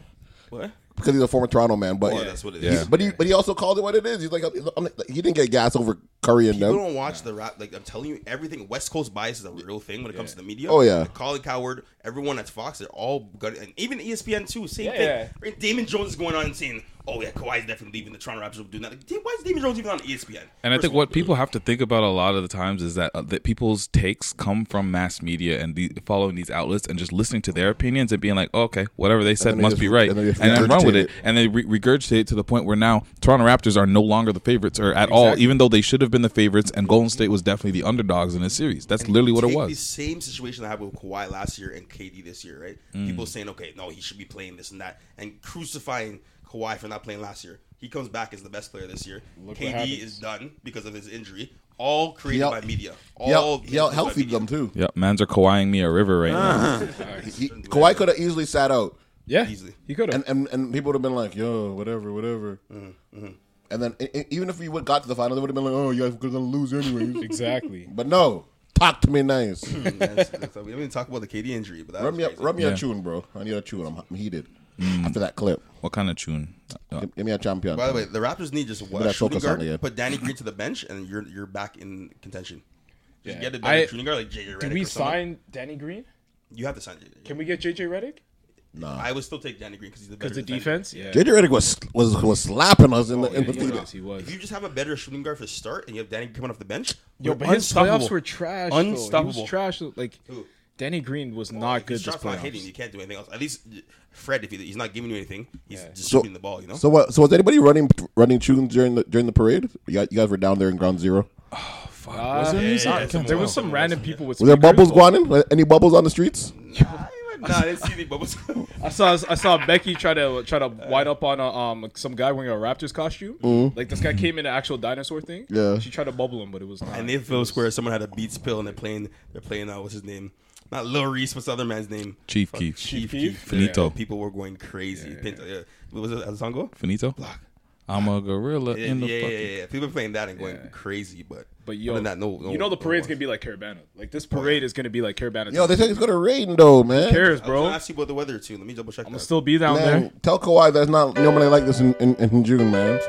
What?
because he's a former Toronto man. But
Oh, that's what it
he's-
is.
But he but he also called it what it is. He's like, I'm like he didn't get gas over Curry and
People
them.
don't watch the rap. Like I'm telling you, everything West Coast bias is a real thing when it comes to the media.
Oh, yeah.
Colin Coward, everyone that's Fox, they're all good, and even E ESPN too. Same
Yeah, yeah.
thing. Right? Damon Jones is going on and saying, "Oh yeah, Kawhi's definitely leaving the Toronto Raptors." will Do that. Like, damn, why is Damon Jones even on E ESPN?
And I think what people have to think about a lot of the times is that uh, that people's takes come from mass media and the, following these outlets and just listening to their opinions and being like, oh, okay, whatever they said
then they
must
just-
be right,
and
and
then
then,
they
run with
regurgitate
it, and they re- regurgitate it to the point where now Toronto Raptors are no longer the favorites or at all, even though they should have been the favorites. And Golden State was definitely the underdogs in this series. That's literally what it
Take
was.
The same situation that happened with Kawhi last year and KD this year, right?
Mm.
People saying, "Okay, no, he should be playing this and that," and crucifying Kawhi for not playing last year. He comes back as the best player this year.
Look what
KD
happens.
is done because of his injury. All created
Yep.
by media. All
Yeah,
made
yeah,
by
healthy them too.
Yep, man's are Kawhiing me a river right
Uh-huh.
now.
He- Kawhi could have easily sat out.
Yeah,
easily.
he could
have. And, and and people would have been like, "Yo, whatever, whatever."
Mm-hmm.
And then e- e- even if we would got to the final, they would have been like, "Oh, you guys are gonna lose anyway."
exactly.
But no, talk to me nice.
That's- that's- we haven't even talked about the KD injury, but that
rub
was
me, a,
crazy. Mm.
rub me a
Yeah.
tune, bro. I need a tune. I'm, I'm heated after that clip.
What kind of tune?
Give, give me a champion.
By the way, the Raptors need just
Give me
one
that
shooting
Soca song
guard.
again.
Put Danny Green to the bench, and you're you're back in contention. Just
Yeah.
get a
I-
better shooting guard like JJ Redick.
Did we
or someone.
sign Danny Green?
You have to sign JJ.
Can we get JJ Redick?
Nah.
I would still take Danny Green because he's the better
Because the
defender.
defense, yeah.
JJ Redick was was was slapping us in the in the
He
theater.
was. If you just have a better shooting guard for the start, and you have Danny coming off the bench,
Yo,
you're
but his
unstoppable.
playoffs were trash. though. He was
Unstoppable. Oh,
trash. Like Danny Green was not good
His
this
shots not hitting.
playoffs.
You can't do anything else. At least Fred, if he, he's not giving you anything, he's just
So,
shooting the ball. You know.
so what? So was anybody running running tunes during the during the parade? You guys, you guys were down there in ground zero.
Uh,
Was there
yeah,
music?
yeah,
I can't
there was
tell.
some random people with.
Were there
speakers.
bubbles going in? Any bubbles on the streets?
Nah, they see the bubbles.
I saw I saw Becky try to try to wind up on a, um some guy wearing a Raptors costume.
Mhm.
Like this guy came in an actual dinosaur thing.
Yeah.
She tried to bubble him, but it was not.
And they feel square. Someone had a Beats pill, and they're playing. They're playing. Uh, what's his name? Not Lil Reese. What's the other man's name?
Chief
Fuck,
Keef.
Chief
Chief
Keef.
Keef. Finito.
Yeah, People were going crazy. Pin- uh, What was it? How's the song go?
Finito. I'm a gorilla
Yeah,
in the
yeah, yeah,
fucking.
yeah, yeah. People were playing that and going crazy, but
But yo,
other than that, no, Oh, no,
you know the parade's gonna be like Caravana. Like this parade is gonna be like Caravana.
Yo, they said it's gonna rain though, man.
Who cares,
I was
bro?
gonna ask you about the weather too. Let me double check. I'm gonna
still be down
Man, Tell Kawhi that's not normally like this in, in, in June, man.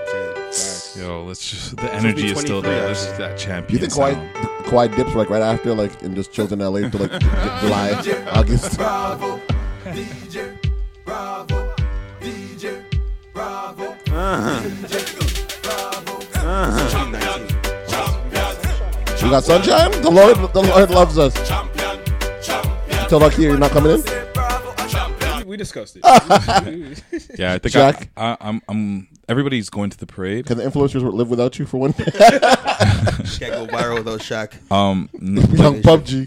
Yo, let's just the energy is still there. This is that champion.
You think Kawhi,
sound.
Kawhi dips like right after, like, and just chills in LA until like July, August?
Bravo, DJ, Bravo, DJ, Bravo,
Uh-huh.
DJ, Bravo. Champion,
We got sunshine. The Lord, the Lord loves us. You tell Lucky you're not coming in.
We discussed it.
Yeah, I think
Jack?
I, I, I'm. I'm. Everybody's going to the parade.
Can the influencers live without you for one day?
Can't go viral without Shaq.
Um, n-
Young PUBG.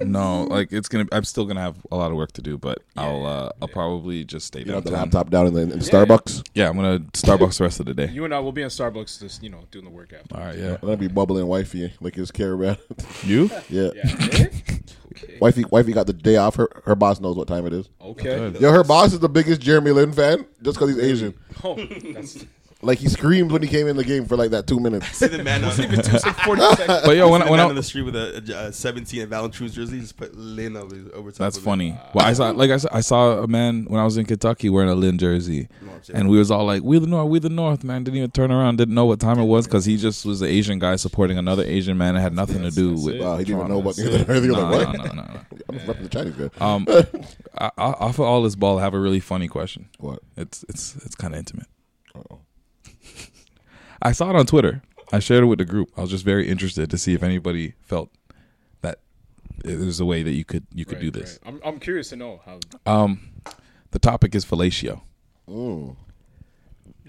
No, like it's gonna. I'm still gonna have a lot of work to do, but I'll. Uh, I'll probably just stay
You know, the
downtown.
laptop down in the, in the Starbucks.
Yeah, I'm gonna Starbucks the rest of the day.
You and I will be in Starbucks, just you know, doing the workout.
All right, yeah.
That'd be bubbling wifey like his caravan.
You?
Yeah.
Yeah, eh?
Wifey, wifey got the day off. Her her boss knows what time it is.
Okay. Good.
Yo, her boss is the biggest Jeremy Lin fan just because he's Asian.
Oh, that's
Like he screamed when he came in the game for like that two minutes.
See the man on
But yo, when I-
See the
when
man
I-
on the street with a, a, a 17 and Valen True's jersey, just put Lin over, his- over top.
That's
of it.
funny. Well, I saw like I saw, I saw a man when I was in Kentucky wearing a Lynn jersey, and we was all like, "We the North, we the North." Man, didn't even turn around, didn't know what time it was because he just was an Asian guy supporting another Asian man. It had nothing to do with.
Wow, he didn't even know
Toronto.
what the other
No,
like, what?
no, no, no.
I'm just repping the Chinese guy.
Um, I, I, off of all this ball, I have a really funny question.
What?
It's it's it's kind of intimate. I saw it on Twitter. I shared it with the group. I was just very interested to see if anybody felt that there's a way that you could you could do this.
I'm, I'm curious to know how.
Um, the topic is fellatio.
Mm.
Ooh.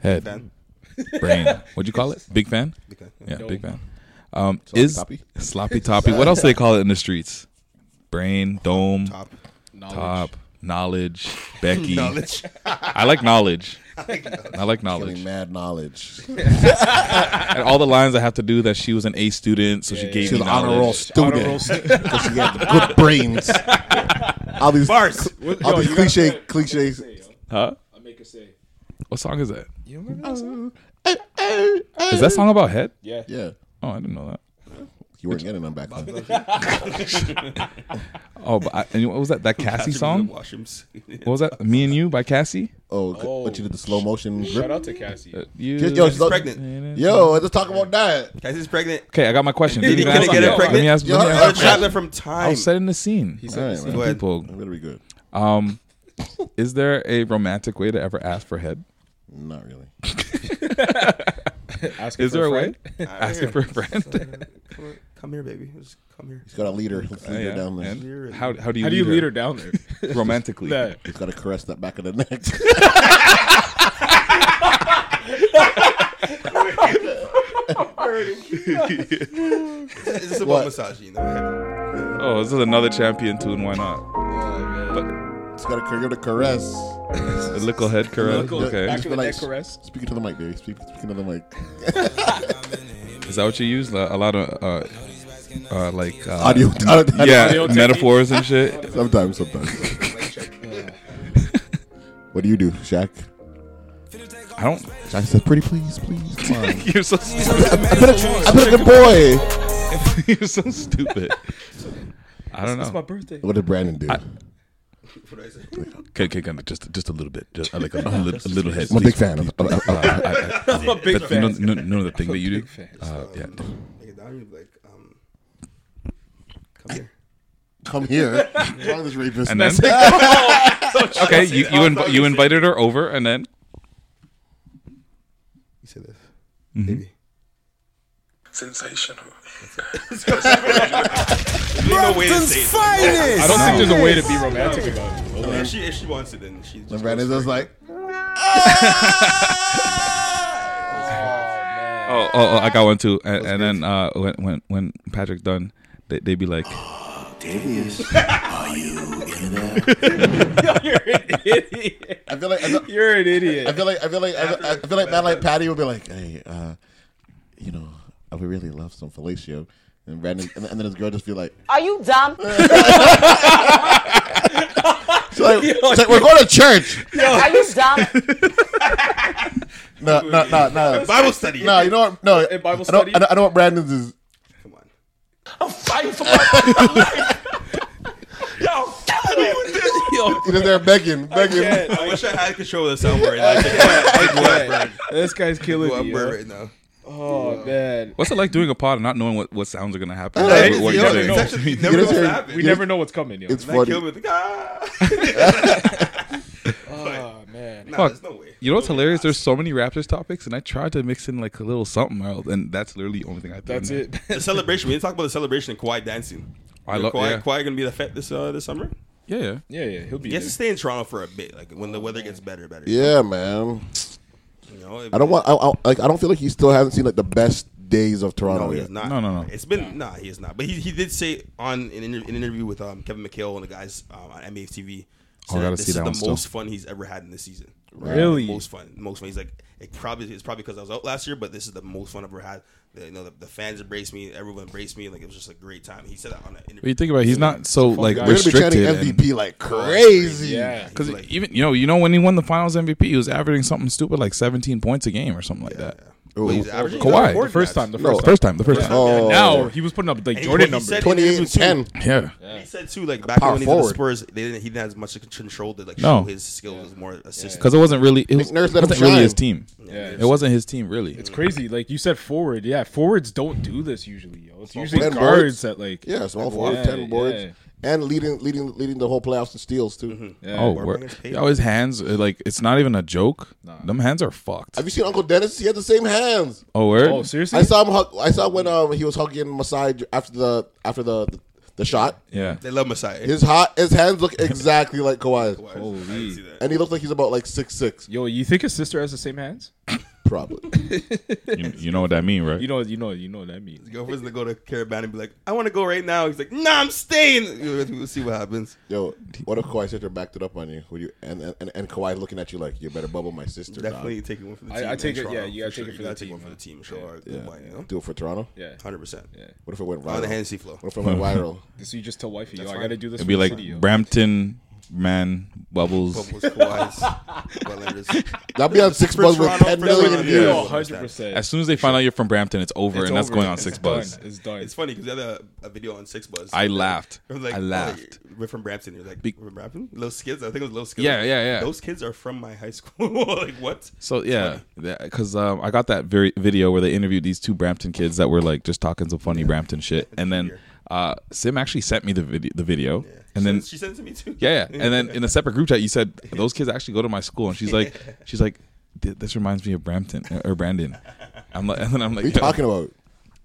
Head,
Fan.
brain. What'd you call it? Big fan.
Big fan.
Yeah,
No.
big fan. Um,
Sloppy
is
toppy?
sloppy toppy? What else do they call it in the streets? Brain, dome, top,
Knowledge.
top, knowledge, Becky.
Knowledge.
I like knowledge.
I like knowledge.
I like knowledge.
Killing mad knowledge.
and all the lines I have to do that she was an A student, so she gave
She's
me
an honor roll
knowledge.
student. Because she had the good brains. all these,
Bars.
cl- all these cliche, cliches.
Huh? I make her say. What song is that? Oh.
You remember that song?
Is that song about head?
Yeah.
Yeah.
Oh, I didn't know that.
You weren't getting them back then.
Oh, but I, and what was that? That Cassie
Catherine
song?
Washems.
What was that? Me and You by Cassie? Uh,
Oh, but you did the slow motion.
Shout out to Cassie.
you-
yo,
She's
she's
pregnant.
pregnant. Yo, let's talk about that.
Cassie's pregnant.
Okay, I got my question.
You
Didn't even
couldn't
ask
get
me
her
that.
pregnant?
Let me ask.
Yo,
let me
her
ask-
traveling from time.
I was setting the scene.
He set the scene.
man.
Go ahead.
People, I'm
gonna be good.
Um, is there a romantic way to ever ask for head?
Not really.
Ask
is there
her for
a
a
way?
friend?
Ask it for a friend.
Come- Come here, baby. Just come here.
He's got a leader. Let's lead her down there.
And how, how do you
How do you lead her down there?
Romantically.
That.
He's got to caress that back of the neck.
It's just about
What?
massaging. you know?
Oh, this is another champion tune. Why not?
He's got to give it a caress.
A little head caress.
Just-
Okay.
just be like, Speaking to the mic, baby. Speak, speaking to the mic.
Is that what you use? Like, a lot of uh, uh, like uh,
Audio- audio-
yeah,
audio technique.
metaphors and shit.
Sometimes, sometimes. what do you do, Shaq?
I don't.
Shaq said, "Pretty please, please." Come on.
You're so
I've been a- I've been a good boy.
You're so stupid. I don't know.
It's my birthday. What did Brandon do?
I, okay, okay, okay, just just a little bit, just I like a, little, a little head.
I'm a big
please.
fan of-
Uh, I- I- I-
I'm a big
that- you know-
fan.
No, no, the thing
I'm a
that you do.
big fan.
Uh, yeah.
Like, it down, you'd be like, um, come here.
Come here. Wrong this rapist.
And then, okay, you you, inv- you invited her over, and then
You say this.
Mhm.
Sensational.
Brampton's finest.
I don't think there's a way to be romantic about it.
Well, if, she, if she wants it, then she.
When Brandon's just like,
oh, oh, oh, I got one too, and, and then uh, when when when Patrick done, they they be like,
Davius,
are you in there?
You're an idiot.
I feel like I feel,
you're an idiot.
I feel like I feel like I feel, I feel like Mad Light Patty would be like, "Hey, uh, you know, I would really love some fellatio." And Brandon, and, and then his girl just be like,
Are you dumb?
she's like, she's like, "We're going to church."
Are you dumb?
No, no, no, no.
Bible study.
No, you know what? No,
In Bible
I know,
study?
I know, I know what Brandon's is.
I'm fighting for my life. Yo, killing me with this.
Yo,
He's in there begging, begging.
I, wish I had control of the soundboard. Like, I can't.
This guy's killing
Go
me,
up,
yo.
right now.
Oh man.
"What's it like doing a pod and not knowing what, what sounds are gonna happen?"
Right?
What- what
You
you're
never
saying.
know.
actually- you never know what's happening.
We never know what's coming. Yo.
It's
Like
funny.
Kilmer, like, ah.
Oh man.
Nah,
Fuck.
there's no way.
You know what's hilarious? There's so many Raptors topics, and I tried to mix in like a little something else, and that's literally the only thing I threw in there.
the celebration. We didn't talk about the celebration and Kawhi dancing.
I
You know
love-
Kawhi.
yeah.
Kawhi gonna be the fete this uh, this summer.
Yeah, yeah,
yeah, yeah. He'll be.
He has to stay in Toronto for a bit, like when the weather gets better, better.
Yeah, man.
You know, it-
I don't want. I, I, like, I don't feel like he still hasn't seen like the best days of Toronto
No, he
yet.
is not. It's been nah, he is not. But he, he did say on an, inter- an interview with um, Kevin McHale and the guys um, on NBA TV.
Oh, I gotta
that this
see
is
that
the
one still.
most fun he's ever had in this season.
Really?
The most fun. Most fun. He's like it probably it's probably because I was out last year, but this is the most fun I've ever had. The, you know, the, the fans embraced me. Everyone embraced me. Like it was just a great time. He said that on an interview.
But you think about it, he's not so
Fun
like
guy.
restricted.
We're gonna be chanting MVP like crazy.
Yeah.
because even you know you know when he won the Finals MVP, he was averaging something stupid like 17 points a game or something like that.
Wait, he's averaging- he's
Kawhi,
recording The first that. time, the
No,
first time.
first time, the first
Yeah,
time. Oh.
yeah, now he was putting up, like,
And
Jordan
he- he
numbers.
said in an interview,
28 Oh. and
too,
10. Yeah.
and He said too, like
A
back
power
when he did the
forward.
Spurs, they didn't, he didn't have as much control to like
No.
show his skills as more assist.
Because it wasn't really it was,
McNair's
it
let him
wasn't really
shine.
his team.
Yeah.
it wasn't his team really.
It's crazy. Like you said, forward. Yeah, forwards don't do this usually, yo. It's usually
Ten boards.
guards that like.
Yeah, small forward,
Yeah,
ten boards.
yeah.
and leading leading leading the whole playoffs in steals too.
Mm-hmm.
oh, word. yo, his hands uh, like it's not even a joke. Them hands are fucked.
Have you seen Uncle Dennis? He had the same hands.
Oh, word? Oh, seriously?
I saw him. Hug, I saw when um he was hugging Masai after the after the the, shot.
Yeah.
They love Masai.
His hot his hands look exactly like Kawhi,
Holy.
and he looks like he's about like six six.
Yo, you think his sister has the same hands?
Probably.
You, you know what that mean, right?
You know, you know, you know what that means.
His girlfriend's gonna go to Caravan and be like, "I want to go right now." He's like, "Nah, I'm staying." We'll see what happens.
Yo, what if Kawhi sister backed it up on you? Would you and and, and Kawhi looking at you like you better bubble my sister? dog."
Definitely taking one for the
I-
team.
I
in
take it- yeah,
Toronto,
you
sure.
gotta take it for
You
the
gotta take
team,
one for the team. Sure, Why, you know?
Do it for Toronto.
Yeah.
hundred percent. Yeah.
What if it went viral?
On the Hennessy flow.
What if it went viral?
So you just tell wifey, yo,
That's
I
fine.
gotta do this.
It'd
for
be
the
like
city, yo.
Brampton man bubbles.
Bubbles, Kawhi's, Wellanders.
That'd be on six
For
months with
Toronto,
10
for
million
Toronto,
views.
yeah.
Yo, 100%.
As soon as they find out you're from Brampton, it's over,
It's
and that's
over.
going on Six Buzz.
It's done. It's funny because they had a, a video on Six Buzz.
I laughed.
It was like,
I laughed.
oh, we're from Brampton. You're like, we're from Brampton? Those kids? I think it was Little Skids.
Yeah, yeah, yeah.
Those kids are from my high school. like, what?
So yeah, because um, I got that very video where they interviewed these two Brampton kids that were like just talking some funny Brampton shit, and then uh, Sim actually sent me the video, the video, and then
She sent it to me too.
yeah, yeah, and then in a separate group chat you said those kids actually go to my school, and she's like, she's like, "Th- this reminds me of Brampton uh, or Brandon. I'm like, and then I'm like,
What are you
"Yo."
talking about?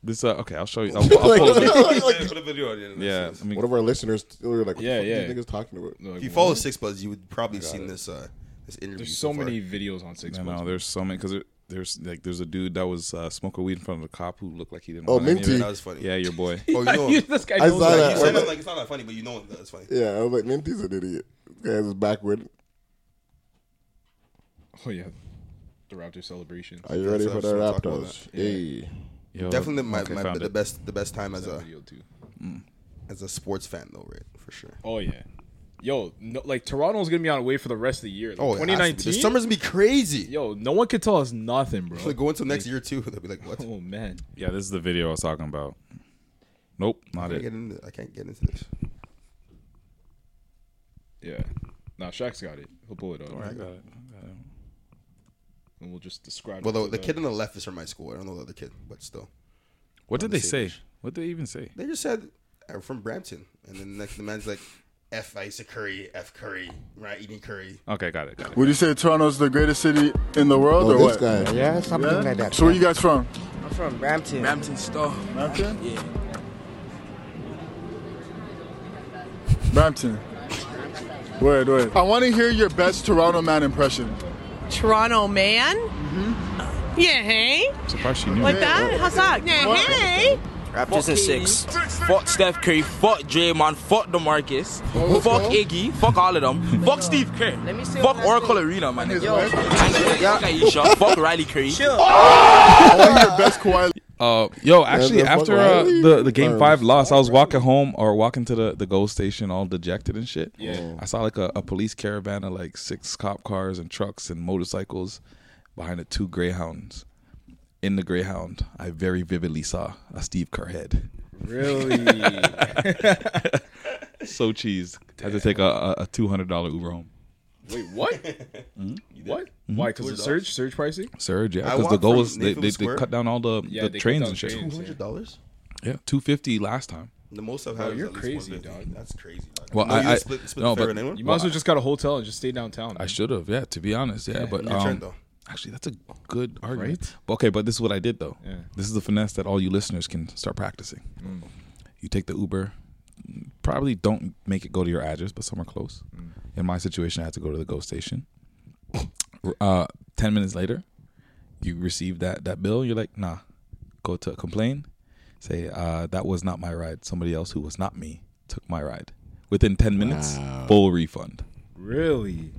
This uh, okay, I'll show you. I'll, I'll post it.
Put a video on it.
Yeah, I mean-
One of our listeners were like, what
Yeah,
yeah, yeah.
yeah.
What are you niggas talking about?
If you follow Six Buzz, you would probably seen this uh, this interview.
There's so
far.
many videos on Six
I
Buzz.
know there's so many because there's like there's a dude that was uh, smoking weed in front of the cop who looked like he didn't.
Oh,
want any of
Minty.
it.
That was funny.
Yeah, your boy.
Oh, you know him.
this guy
I knows saw that. that.
You said it like it's not that funny, but you know him. That's funny.
Yeah, I was like, Ninty's an idiot. This guy has his backward.
Oh yeah, the Raptor celebration.
Are you ready
That's
for
what
the
I was talking about.
Raptors? Hey.
Yo,
Definitely my,
okay,
my
found
the
it.
best the best time as
That
a
video, too.
as a sports fan though, right? For sure.
Oh yeah, yo, no, like Toronto's gonna be on a wave for the rest of the year. Like,
Oh, it has to be. The
2019.
summer's gonna be crazy.
Yo, no one can tell us nothing, bro.
Like go into next year too. They'll be like, what?
Oh man,
Yeah, this is the video I was talking about. Nope,
I
not
can't
it.
get into, I can't get into this.
yeah. Nah, Shaq's got it. He'll pull it up.
I got it.
And we'll just describe.
Well,
it to
the, the kid on the left is from my school. I don't know the other kid, but still.
What
On
did
the
they
same
say?
page.
What did they even say?
They just said I'm from Brampton, and then the next the man's like, "F Isa Curry, F Curry, right? Eating Curry."
Okay, got it. Got it.
Would you say Toronto's the greatest city in the world
Oh,
or
this
what?
guy. Yeah,
something like that. So where you guys from?
I'm from Brampton. Brampton Store. Brampton? Yeah.
Brampton. Word, word. I want to hear your best Toronto man impression.
Toronto man? Mm-hmm. Yeah, hey?
Surprised she
Like that? How's that? Yeah, hey?
Raptors in six. Fuck Steph Curry. Fuck Draymond. Fuck DeMarcus. let's fuck go. Iggy. Fuck all of them. Fuck Steve Kerr. see Fuck what I Oracle think. Arena, man. Yo. Fuck Aisha. Fuck Riley Curry.
Uh, yo, actually,
Yeah, that's
after
what
uh,
Riley-
the the game
Or-
five loss, I was walking home or walking to the the GO station, all dejected and shit.
Yeah.
I saw like a, a police caravan of like six cop cars and trucks and motorcycles behind the two Greyhounds. In the Greyhound, I very vividly saw a Steve Kerr head.
Really?
so cheesed. Had to take a, a, a two hundred dollar Uber home.
that. Wait, what? What? Why? Because of surge, surge pricing.
Surge, yeah,
I
because the
walked
goal
from
was they,
Mayfield
they, they
Square.
cut down all the,
Yeah,
the
they cut
trains
down
and shit.
trains,
Hundred dollars.
Yeah, two fifty last time.
The most I've
Bro,
had. is
you're
at least
crazy,
150. That's crazy. Dog.
Well,
No,
I,
you
I
split, split
no,
the fare
but
with anyone?
You might as well just got a hotel and just stay downtown.
I should have, yeah, to be honest, yeah.
Yeah,
but
your turn,
um,
though.
actually, that's a good argument. But, okay, but this is what I did though.
Yeah.
This is the finesse that all you listeners can start practicing.
Mm.
You take the Uber. Probably don't make it go to your address, but somewhere close.
Mm.
In my situation, I had to go to the GO station. uh, Ten minutes later, you receive that that bill. You're like, nah, go to complain. Say uh, that was not my ride. Somebody else who was not me took my ride. Within ten minutes, full refund.
Really?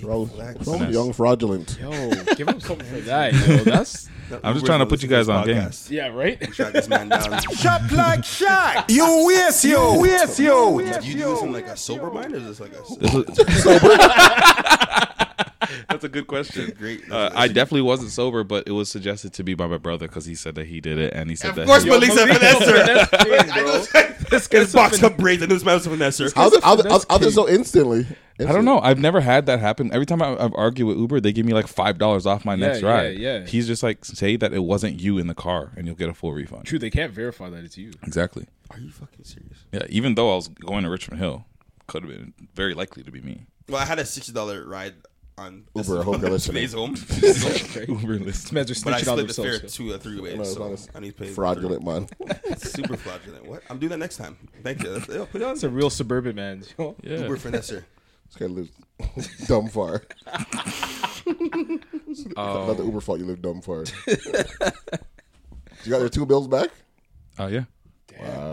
Bro, bro,
Finesse.
young fraudulent.
Yo, Oh, give him something for that. Yo, that's.
I'm just trying to put you guys on game.
Yeah, right.
Track this man down.
Shop like Shaq. You waste yo. Waste yo.
Do you do this in like a sober mind or is this like a
That's a good question.
Great.
Uh, I definitely wasn't sober, but it was suggested to me by my brother because he said that he did it, and he said
Of
that.
course,
he-
Malik said Yo, finesse, Malik- sir. Finesse,
This
It's box cut braids. I know this man's from that, sir.
How the- how the- how- how this so instantly?
I don't know. I've never had that happen. Every time I, I've argued with Uber, they give me like five dollars off my
Yeah,
next
yeah,
ride.
yeah.
He's just like, say that it wasn't you in the car, and you'll get a full refund.
True, they can't verify that it's you.
Exactly.
Are you fucking serious?
Yeah. Even though I was going to Richmond Hill, could have been very likely to be me.
Well, I had a sixty dollar ride on this-
Uber, I hope you're listening.
today's home.
Okay. Uber listening. These men are
But I
snitching on
split the fare
themselves,
two or three ways.
No, it's
so
not
I need to pay
fraudulent, man.
Super fraudulent. What? I'm doing that next time. Thank you. That's, yo, put it on.
It's a real suburban man. yo.
Uber finesser.
This guy lives dumb far.
Oh.
Not the Uber fault. You live dumb far. you got your two bills back.
Oh yeah.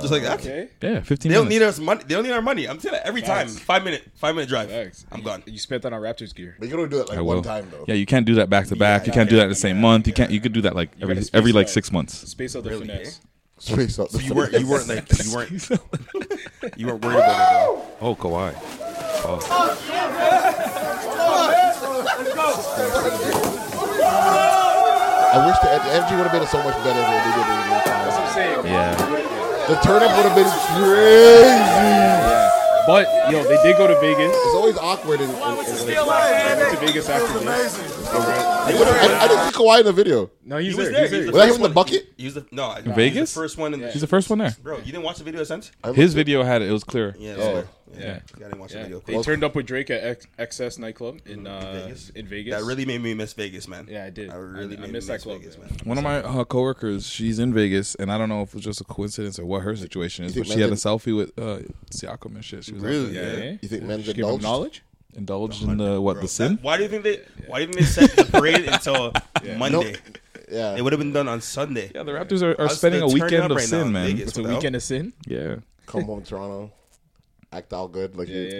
Just like that.
Yeah,
They
fifteen.
don't
minutes.
need us money. They don't need our money. I'm saying that every
Facts.
time. Five minute. Five minute drive. I'm gone.
You spent that on Raptors gear.
But you can only do that
I will. Yeah, you can't do that back to back. You can't do that the same month. You can't. You could do that like every every like six months.
Space out the finesse.
Space out
So
the
you weren't. You weren't like. You weren't. you weren't worried about it.
Oh, Kawhi. Oh.
I wish the, the energy would have been so much better than they did. That's what I'm
eh?
saying.
Yeah. The turnip would have been crazy.
But yo, they did go to Vegas.
It's always awkward in. in, in
They went to Vegas after this.
I, I didn't see Kawhi in the video.
No, he's
was
there.
there.
He's
He
there.
was
Was that him in
first
the
one.
bucket?
He was the no. I-
In
he's
Vegas?
the first one. In
Yeah. He's the first one there.
Bro, you didn't watch the video since.
His video had it. It was clear.
Yeah. it was
Oh.
clear. Yeah.
Yeah.
I didn't watch the video.
They turned up with Drake at X- XS nightclub in uh, in Vegas.
That really made me miss Vegas, man.
Yeah, I did.
I really made me
I missed
miss
that club,
Vegas, man.
One of my uh, coworkers, she's in Vegas, and I don't know if it was just a coincidence or what her situation is,
You
but
think
she had a
London-
selfie with uh, Siakam and shit. She was out
Really?
there.
Yeah. You think men's
She gave him
indulged?
knowledge? Indulged in the what the sin?
Why do you think they? Why do you think they set the parade until Monday?
Yeah,
it would have been done on Sunday. Yeah,
the Raptors are, are spending a weekend of sin, man.
of sin.
Yeah.
Come home, Toronto. Act all good, like
yeah,
you.
you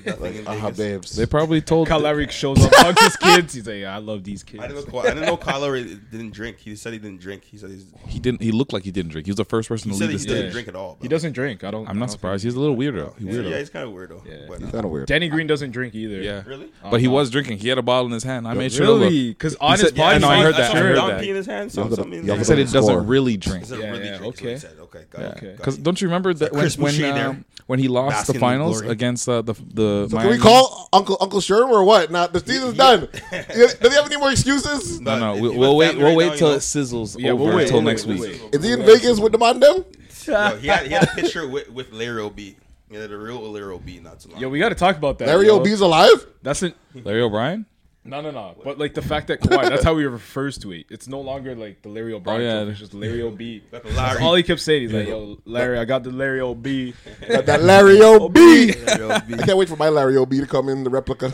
did that thing
Like,
in
aha,
Vegas.
babes.
They probably told.
Kyle Lowry shows up, hugs his kids. He's like, yeah, I love these kids.
I didn't know. Ka- I didn't know Kyle Lowry didn't drink. He said he didn't drink. He said he's.
He didn't. He looked like he didn't drink. He was the first person
He
to
said
leave
he
the
didn't
stage.
drink at all.
He doesn't drink. I don't.
I'm not surprised. He's a little weirdo. He
Yeah,
weirdo.
yeah, he's kind of weirdo. But, uh,
He's kinda weird.
Danny Green doesn't drink either.
Yeah.
Really?
But he was drinking. He had a bottle in his hand. I
Yeah,
made sure.
really? 'Cause on his body,
I know. I
I
heard
saw-
that.
I
I
saw
heard
Dom
that.
P in his hand, so
He
something in
said
there.
it
Score.
doesn't really drink.
Doesn't
Yeah,
really
yeah,
drink. is what
okay.
he said. Okay. Got it.
Okay.
Because don't you remember that when
Chris
when,
Boucher
uh,
there.
when he lost
Basking
the
in
finals
glory.
against uh, the the
So can we
Miami-
call Uncle Uncle Sherm or what? Now the season's done. You- Does he have any more excuses?
No, no.
if
We,
you
we'll
want
wait.
family
We'll
right
wait
now,
till
you know.
it sizzles
Yeah, we'll
over
wait,
until
we'll
next
wait,
week.
we'll wait.
Is he in Vegas with them on them?
Yo, he had he had a picture with with Larry O'B. Yeah, the real Larry O'B. Not too long.
Yo, we got to talk about that.
Larry
yo.
O'B's alive.
That's it.
Larry O'Brien.
No, no, no. But like the fact that Kawhi, that's how he refers to it. It's no longer like the Larry O'Brien.
Oh, yeah.
joke, It's just Larry O'B.
Like
That's
Larry.
all he kept saying. He's like, yo, Larry, I got the Larry O'B.
Got that Larry O'B. I
Larry O'B.
can't wait for my Larry O'B to come in the replica.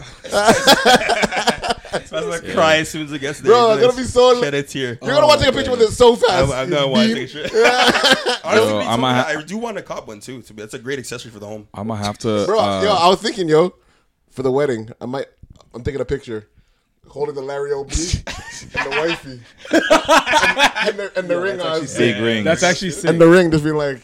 I'm gonna cry as soon as it gets there.
Bro, I'm gonna be so-
shed a tear.
You're gonna want to take a picture with it so fast.
I'm, I'm gonna want to
Beep.
take a picture. Honestly,
Yo,
me too,
I'm a-
man. I do want a cop one too. To be, that's a great accessory for the home.
I'm gonna have to.
Bro,
uh,
yo, I was thinking, yo, for the wedding, I might. I'm taking a picture, holding the Larry O'B and the wifey, and, and the, and the ring on.
Big ring.
That's actually sick.
And the ring just being like,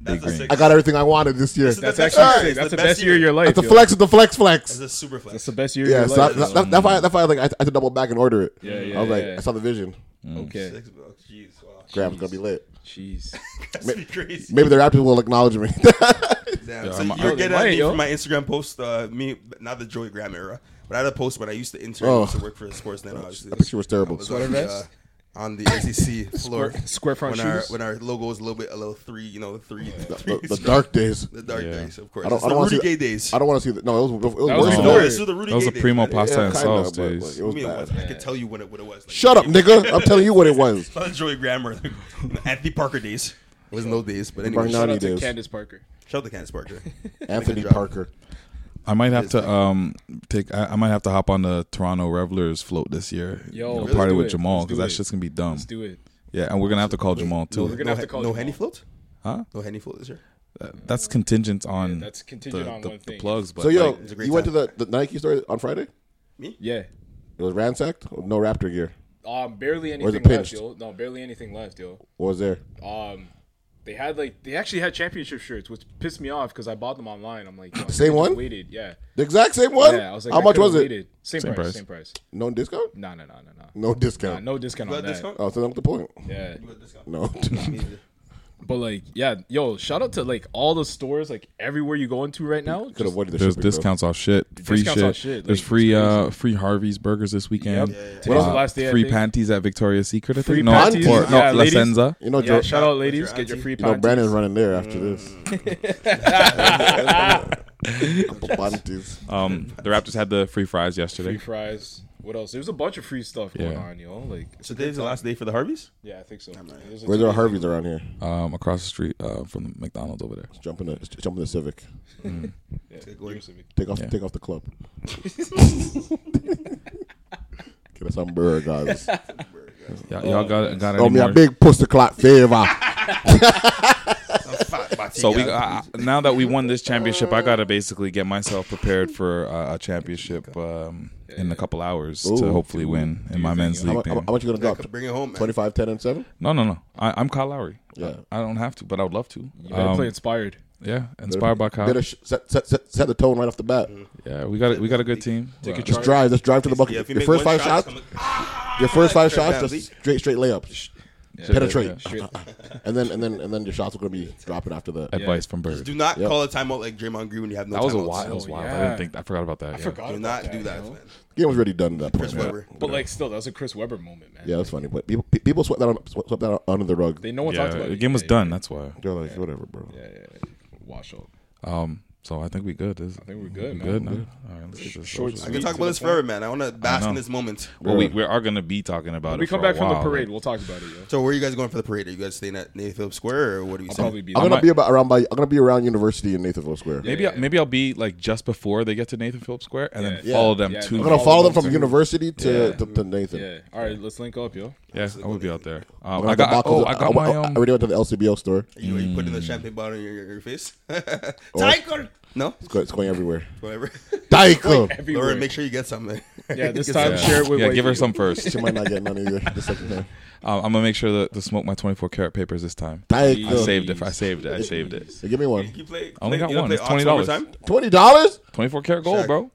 That's a sick.
I got everything I wanted this year.
that's actually sick. That's the best year of your life.
That's the
yo.
flex. It's the flex flex.
That's a super flex.
That's the best year
Yeah,
of
so
your
that, that,
life.
that, that's why. That's why. Like, I had to double back and order it.
Yeah, yeah,
I was like,
yeah.
I saw the vision.
okay.
Six bucks. oh, Jeez, wow.
Graham's gonna be lit.
Jeez.
That's be crazy.
Maybe the Raptors will acknowledge me.
Damn.
Yeah,
so
I'm a-
you're
I'm
getting
a-
at me
yo.
from my Instagram post. Uh, me, not the Joey Graham era, but I had a post when I used to intern
Oh.
I used to work for Sportsnet. Obviously,
that picture was terrible.
I
Sweater
on the, uh, on the SEC floor,
square front
when our,
shoes?
when our logo is a little bit a little three, you know, three.
the, the dark days.
The dark days, of course.
I don't.
It's the
I don't want to
Rudy Gay
see.
days.
I don't want to see. The, no, it was. It was
That was
worse than
before.
no,
that.
this is the Rudy
That was
Gay
a primo
days.
pasta
Yeah,
and
kinda,
sauce
but- but
days.
it
I
was
mean, it
bad.
was- I could tell you when it, what it was. Like,
Shut up, nigga. I'm telling you what it was.
Not the Joey Graham era, Anthony Parker days. It was no days, but anyway.
Bargnani.
Shout
Shout
out to
days.
Candace Parker.
shout out to Candace Parker.
Anthony
job.
Parker.
I might have to um take. I, I might have to hop on the Toronto Revelers float this year.
Yo,
you know,
let's
party
do
with
it.
Jamal
Let's do
because that
it.
shit's gonna be dumb.
Let's do it.
Yeah, and we're gonna have to call Jamal too.
We're gonna
no,
have to
he-
call
no
Jamal.
Henny float.
Huh?
No Henny float this year.
That- That's contingent on.
that's contingent
the,
on
the,
one
the
thing.
plugs. But
So yo,
like,
it's a
you
great
went to
time.
the, the Nike store on Friday.
Yeah.
It was ransacked. No Raptor gear.
Um, barely
Or is it
anything left,
pinched?
yo. No, barely anything left, yo.
What was there?
Um, they had like they actually had championship shirts, which pissed me off because I bought them online. I'm like, yo, I
Same
could've
one?
Waited, yeah.
The exact same one.
Yeah, I was like,
how
I
much
could've
was it?
waited. Same,
Same
price,
price.
Same price.
No discount.
No, no, no, no, no.
No discount.
No discount
You
on
got
Uh,
that.
discount?
Oh, so that's the point.
Yeah.
You got discount?
No,
But like, yeah, yo, shout out to like all the stores, like everywhere you go into right now.
Could avoid the
There's
shipping, bro.
discounts off shit, free
Discounts
shit.
off shit,
There's
like, it's
free uh free Harvey's burgers this weekend. Uh,
Yep. Yeah, yeah, yeah. Today's the last day, I
free
think.
panties at Victoria's Secret. I
Free
think no,
panties,
or, no La
yeah, ladies.
Senza.
You know, Yeah, Joe- shout out, ladies, get your free
You know,
panties.
Brandon's running there after this. Couple panties.
Um, the Raptors had the free fries yesterday.
Free fries. What else? There's a bunch of free stuff going
Yeah.
on, yo. Like
So today's the last day for the Harveys?
Yeah, I think so. There's a-
Where's our Harveys around here?
Um, across the street uh, from the McDonald's over there.
Jumping the jumping the Civic.
Yeah, Gear Civic.
Take off
Mm. Yeah.
take off the club. Get us some burgers.
Y'all- y'all got- got
Oh
any
me a
more?
big pussy clock favor.
So we uh, now that we won this championship, I gotta basically get myself prepared for uh, a championship um, in a couple hours to
Ooh.
hopefully win in my men's league.
How, mu- how, mu-
thing.
how much you gonna drop? Bring it home. 25, 10, and seven.
No, no, no. I, I'm Kyle Lowry.
Yeah.
I, I don't have to, but I would love to. You
better play inspired.
Yeah, inspired by Kyle.
Better sh- set, set, set, set the tone right off the bat.
Yeah, we got a, we got a good team.
Take
Uh,
just drive. Just drive to the
Mm-hmm.
bucket.
Yeah, if you
your
make
first
one
five
shot,
shots. your first five shots, just
Exactly.
straight straight layups.
Yeah.
Penetrate.
Yeah. Straight-
and then and then and then your shots are gonna be dropping after that.
Advice from Bird.
Do not
Yep.
call a timeout like Draymond Green when you have no
That was a
timeouts.
wild- that was wild. I didn't Yeah. think- I forgot about that, I yeah. forgot
Do
about
not
that,
do
you
that.
know?
man.
Game was already done at that point. yeah.
Webber.
But like, still, that was a Chris Webber moment, man.
Yeah, that's funny. But people pe- people swept that on, swept that on- under the rug.
They- no one
yeah,
talked about
the
it.
game was
Yeah,
done. That's why.
They're like whatever, bro.
Yeah, yeah, yeah. Wash up.
Um. So I think we good. I
think we're good, man.
Good.
We're
no?
good.
All right. Let's get this.
Short,
over
I
with.
can talk about this forever, man. I want to bask
know.
in this moment.
Well, we, we are gonna be talking about
When
it.
we come
for a
back from the
while.
parade, we'll talk about it, yo.
So where are you guys going for the parade? Are you guys staying at Nathan Phillips Square or what are you? I'll
probably be
I'm gonna be about around by. I'm gonna be around University in Nathanville Square.
Maybe I, maybe I'll be like just before they get to Nathan Phillips Square, and then follow them to.
I'm gonna follow them from University to, to, to Nathan.
Yeah. All right, let's link up, yo.
Yeah, I would be out there. Um,
I'm gonna
I
have to
got.
buckle
Oh,
the-
I got my.
I, I
Um,
already went to the LCBO store.
You, you putting the champagne bottle in your, your, your face?
Oh.
Tiger. No.
It's going, it's going everywhere.
Whatever.
Daiko.
Lauren, make sure you get something. Get some.
Yeah, give her some first.
She might not get none either. The second time.
Um, I'm gonna make sure that to smoke my 24 karat papers this time.
Thank
I
you.
saved it. I saved it. I saved it.
Hey, give me one.
You play,
I only
play-
got
you don't
one.
play
It's
Ox
twenty dollars.
One more time?
Twenty dollars.
24 karat gold,
Shaq.
bro.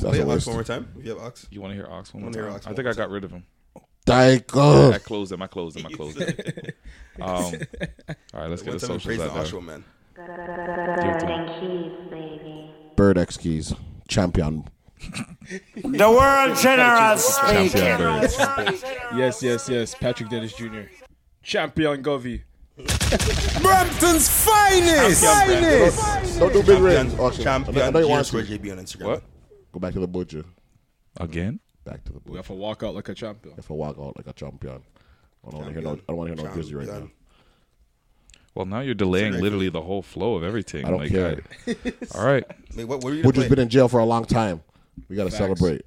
play
the
Ox
worst.
one more time. If you have Ox.
You want to hear Ox one more
Wanna hear
time?
Ox
I
one
think
more
I got rid of him.
Daiko.
Yeah, I closed him. I closed him. I closed him. um, all right, let's get
One
the
time we
socials
praised
out
the
there.
Ox show, man.
Bird X keys. Champion.
The world general speaking.
Yes, yes, yes. Patrick Dennis Jr. Champion Govey.
Brampton's finest. Finest.
Don't do big rings.
Champion-
Auction.
champion
I know you want
underscore
to.
JB on Instagram.
What?
Go back to the butcher.
Again?
Back to the
We
butcher.
have to walk out like a champion.
If I walk out like a champion, I don't want to hear no. I don't want to hear no
Champion.
grizzly right now.
Well, now you're delaying literally the whole flow of everything.
I don't
like,
care.
I- all right.
Wait, what? What are you gonna
Butcher's
play?
been in jail for a long time. We gotta
Facts.
celebrate.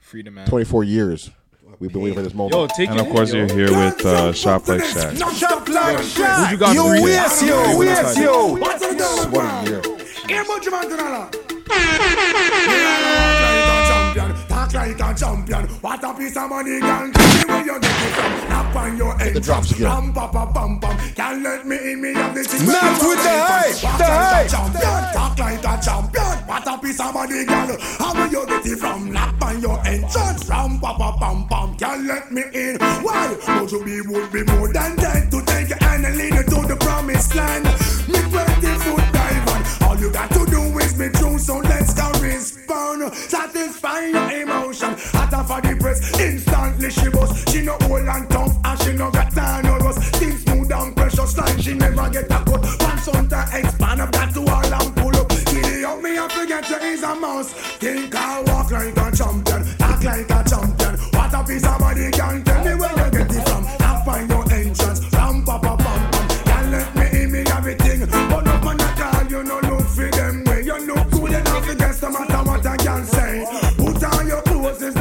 Freedom man.
24 years. We've been waiting for this moment.
Yo, take
And of course, you're here with uh, Shop Like Shack.
Knock out like
Who you
Shaq.
got
You
for it?
waste, yo.
Who you got
Waste,
for it?
yo.
What a year.
Hear me, Jamaican. Talk like a champion, talk like a champion. What a piece of money, girl. Tell me where you get it from. Knock on your head.
The drops again.
Bam, bam, bam, bam, bam. Can't let me in, me have the thing. Not with the hype, Walk the like hype, a champion, Talk like a champion. What a piece of money, girl. How will you get it from? Knock on your entrance. Ram, bam, bam, bam, bam. Can't let me in. Why? Would you be, would be more than dead to take your hand and lead you to the promised land? Me 20 foot diamond. All you got to do is be true, so let's go respond. Satisfy your emotion. Hot off of the press, instantly she bust. She no old and tough, and she no got time no rust. Things smooth and precious, like she never get a cut. Pants on the expand up, got to all and pull up. Giddy up, me have to get you is a mouse. Think I walk like a champion, act like a champion. What a piece of body can tell me where you get it from. I find your entrance, ram pa pa pam pam. Can't let me in me everything, but up on the call, you no look for them way. You look good enough to guess no matter what I can say. Put on your clothes, it's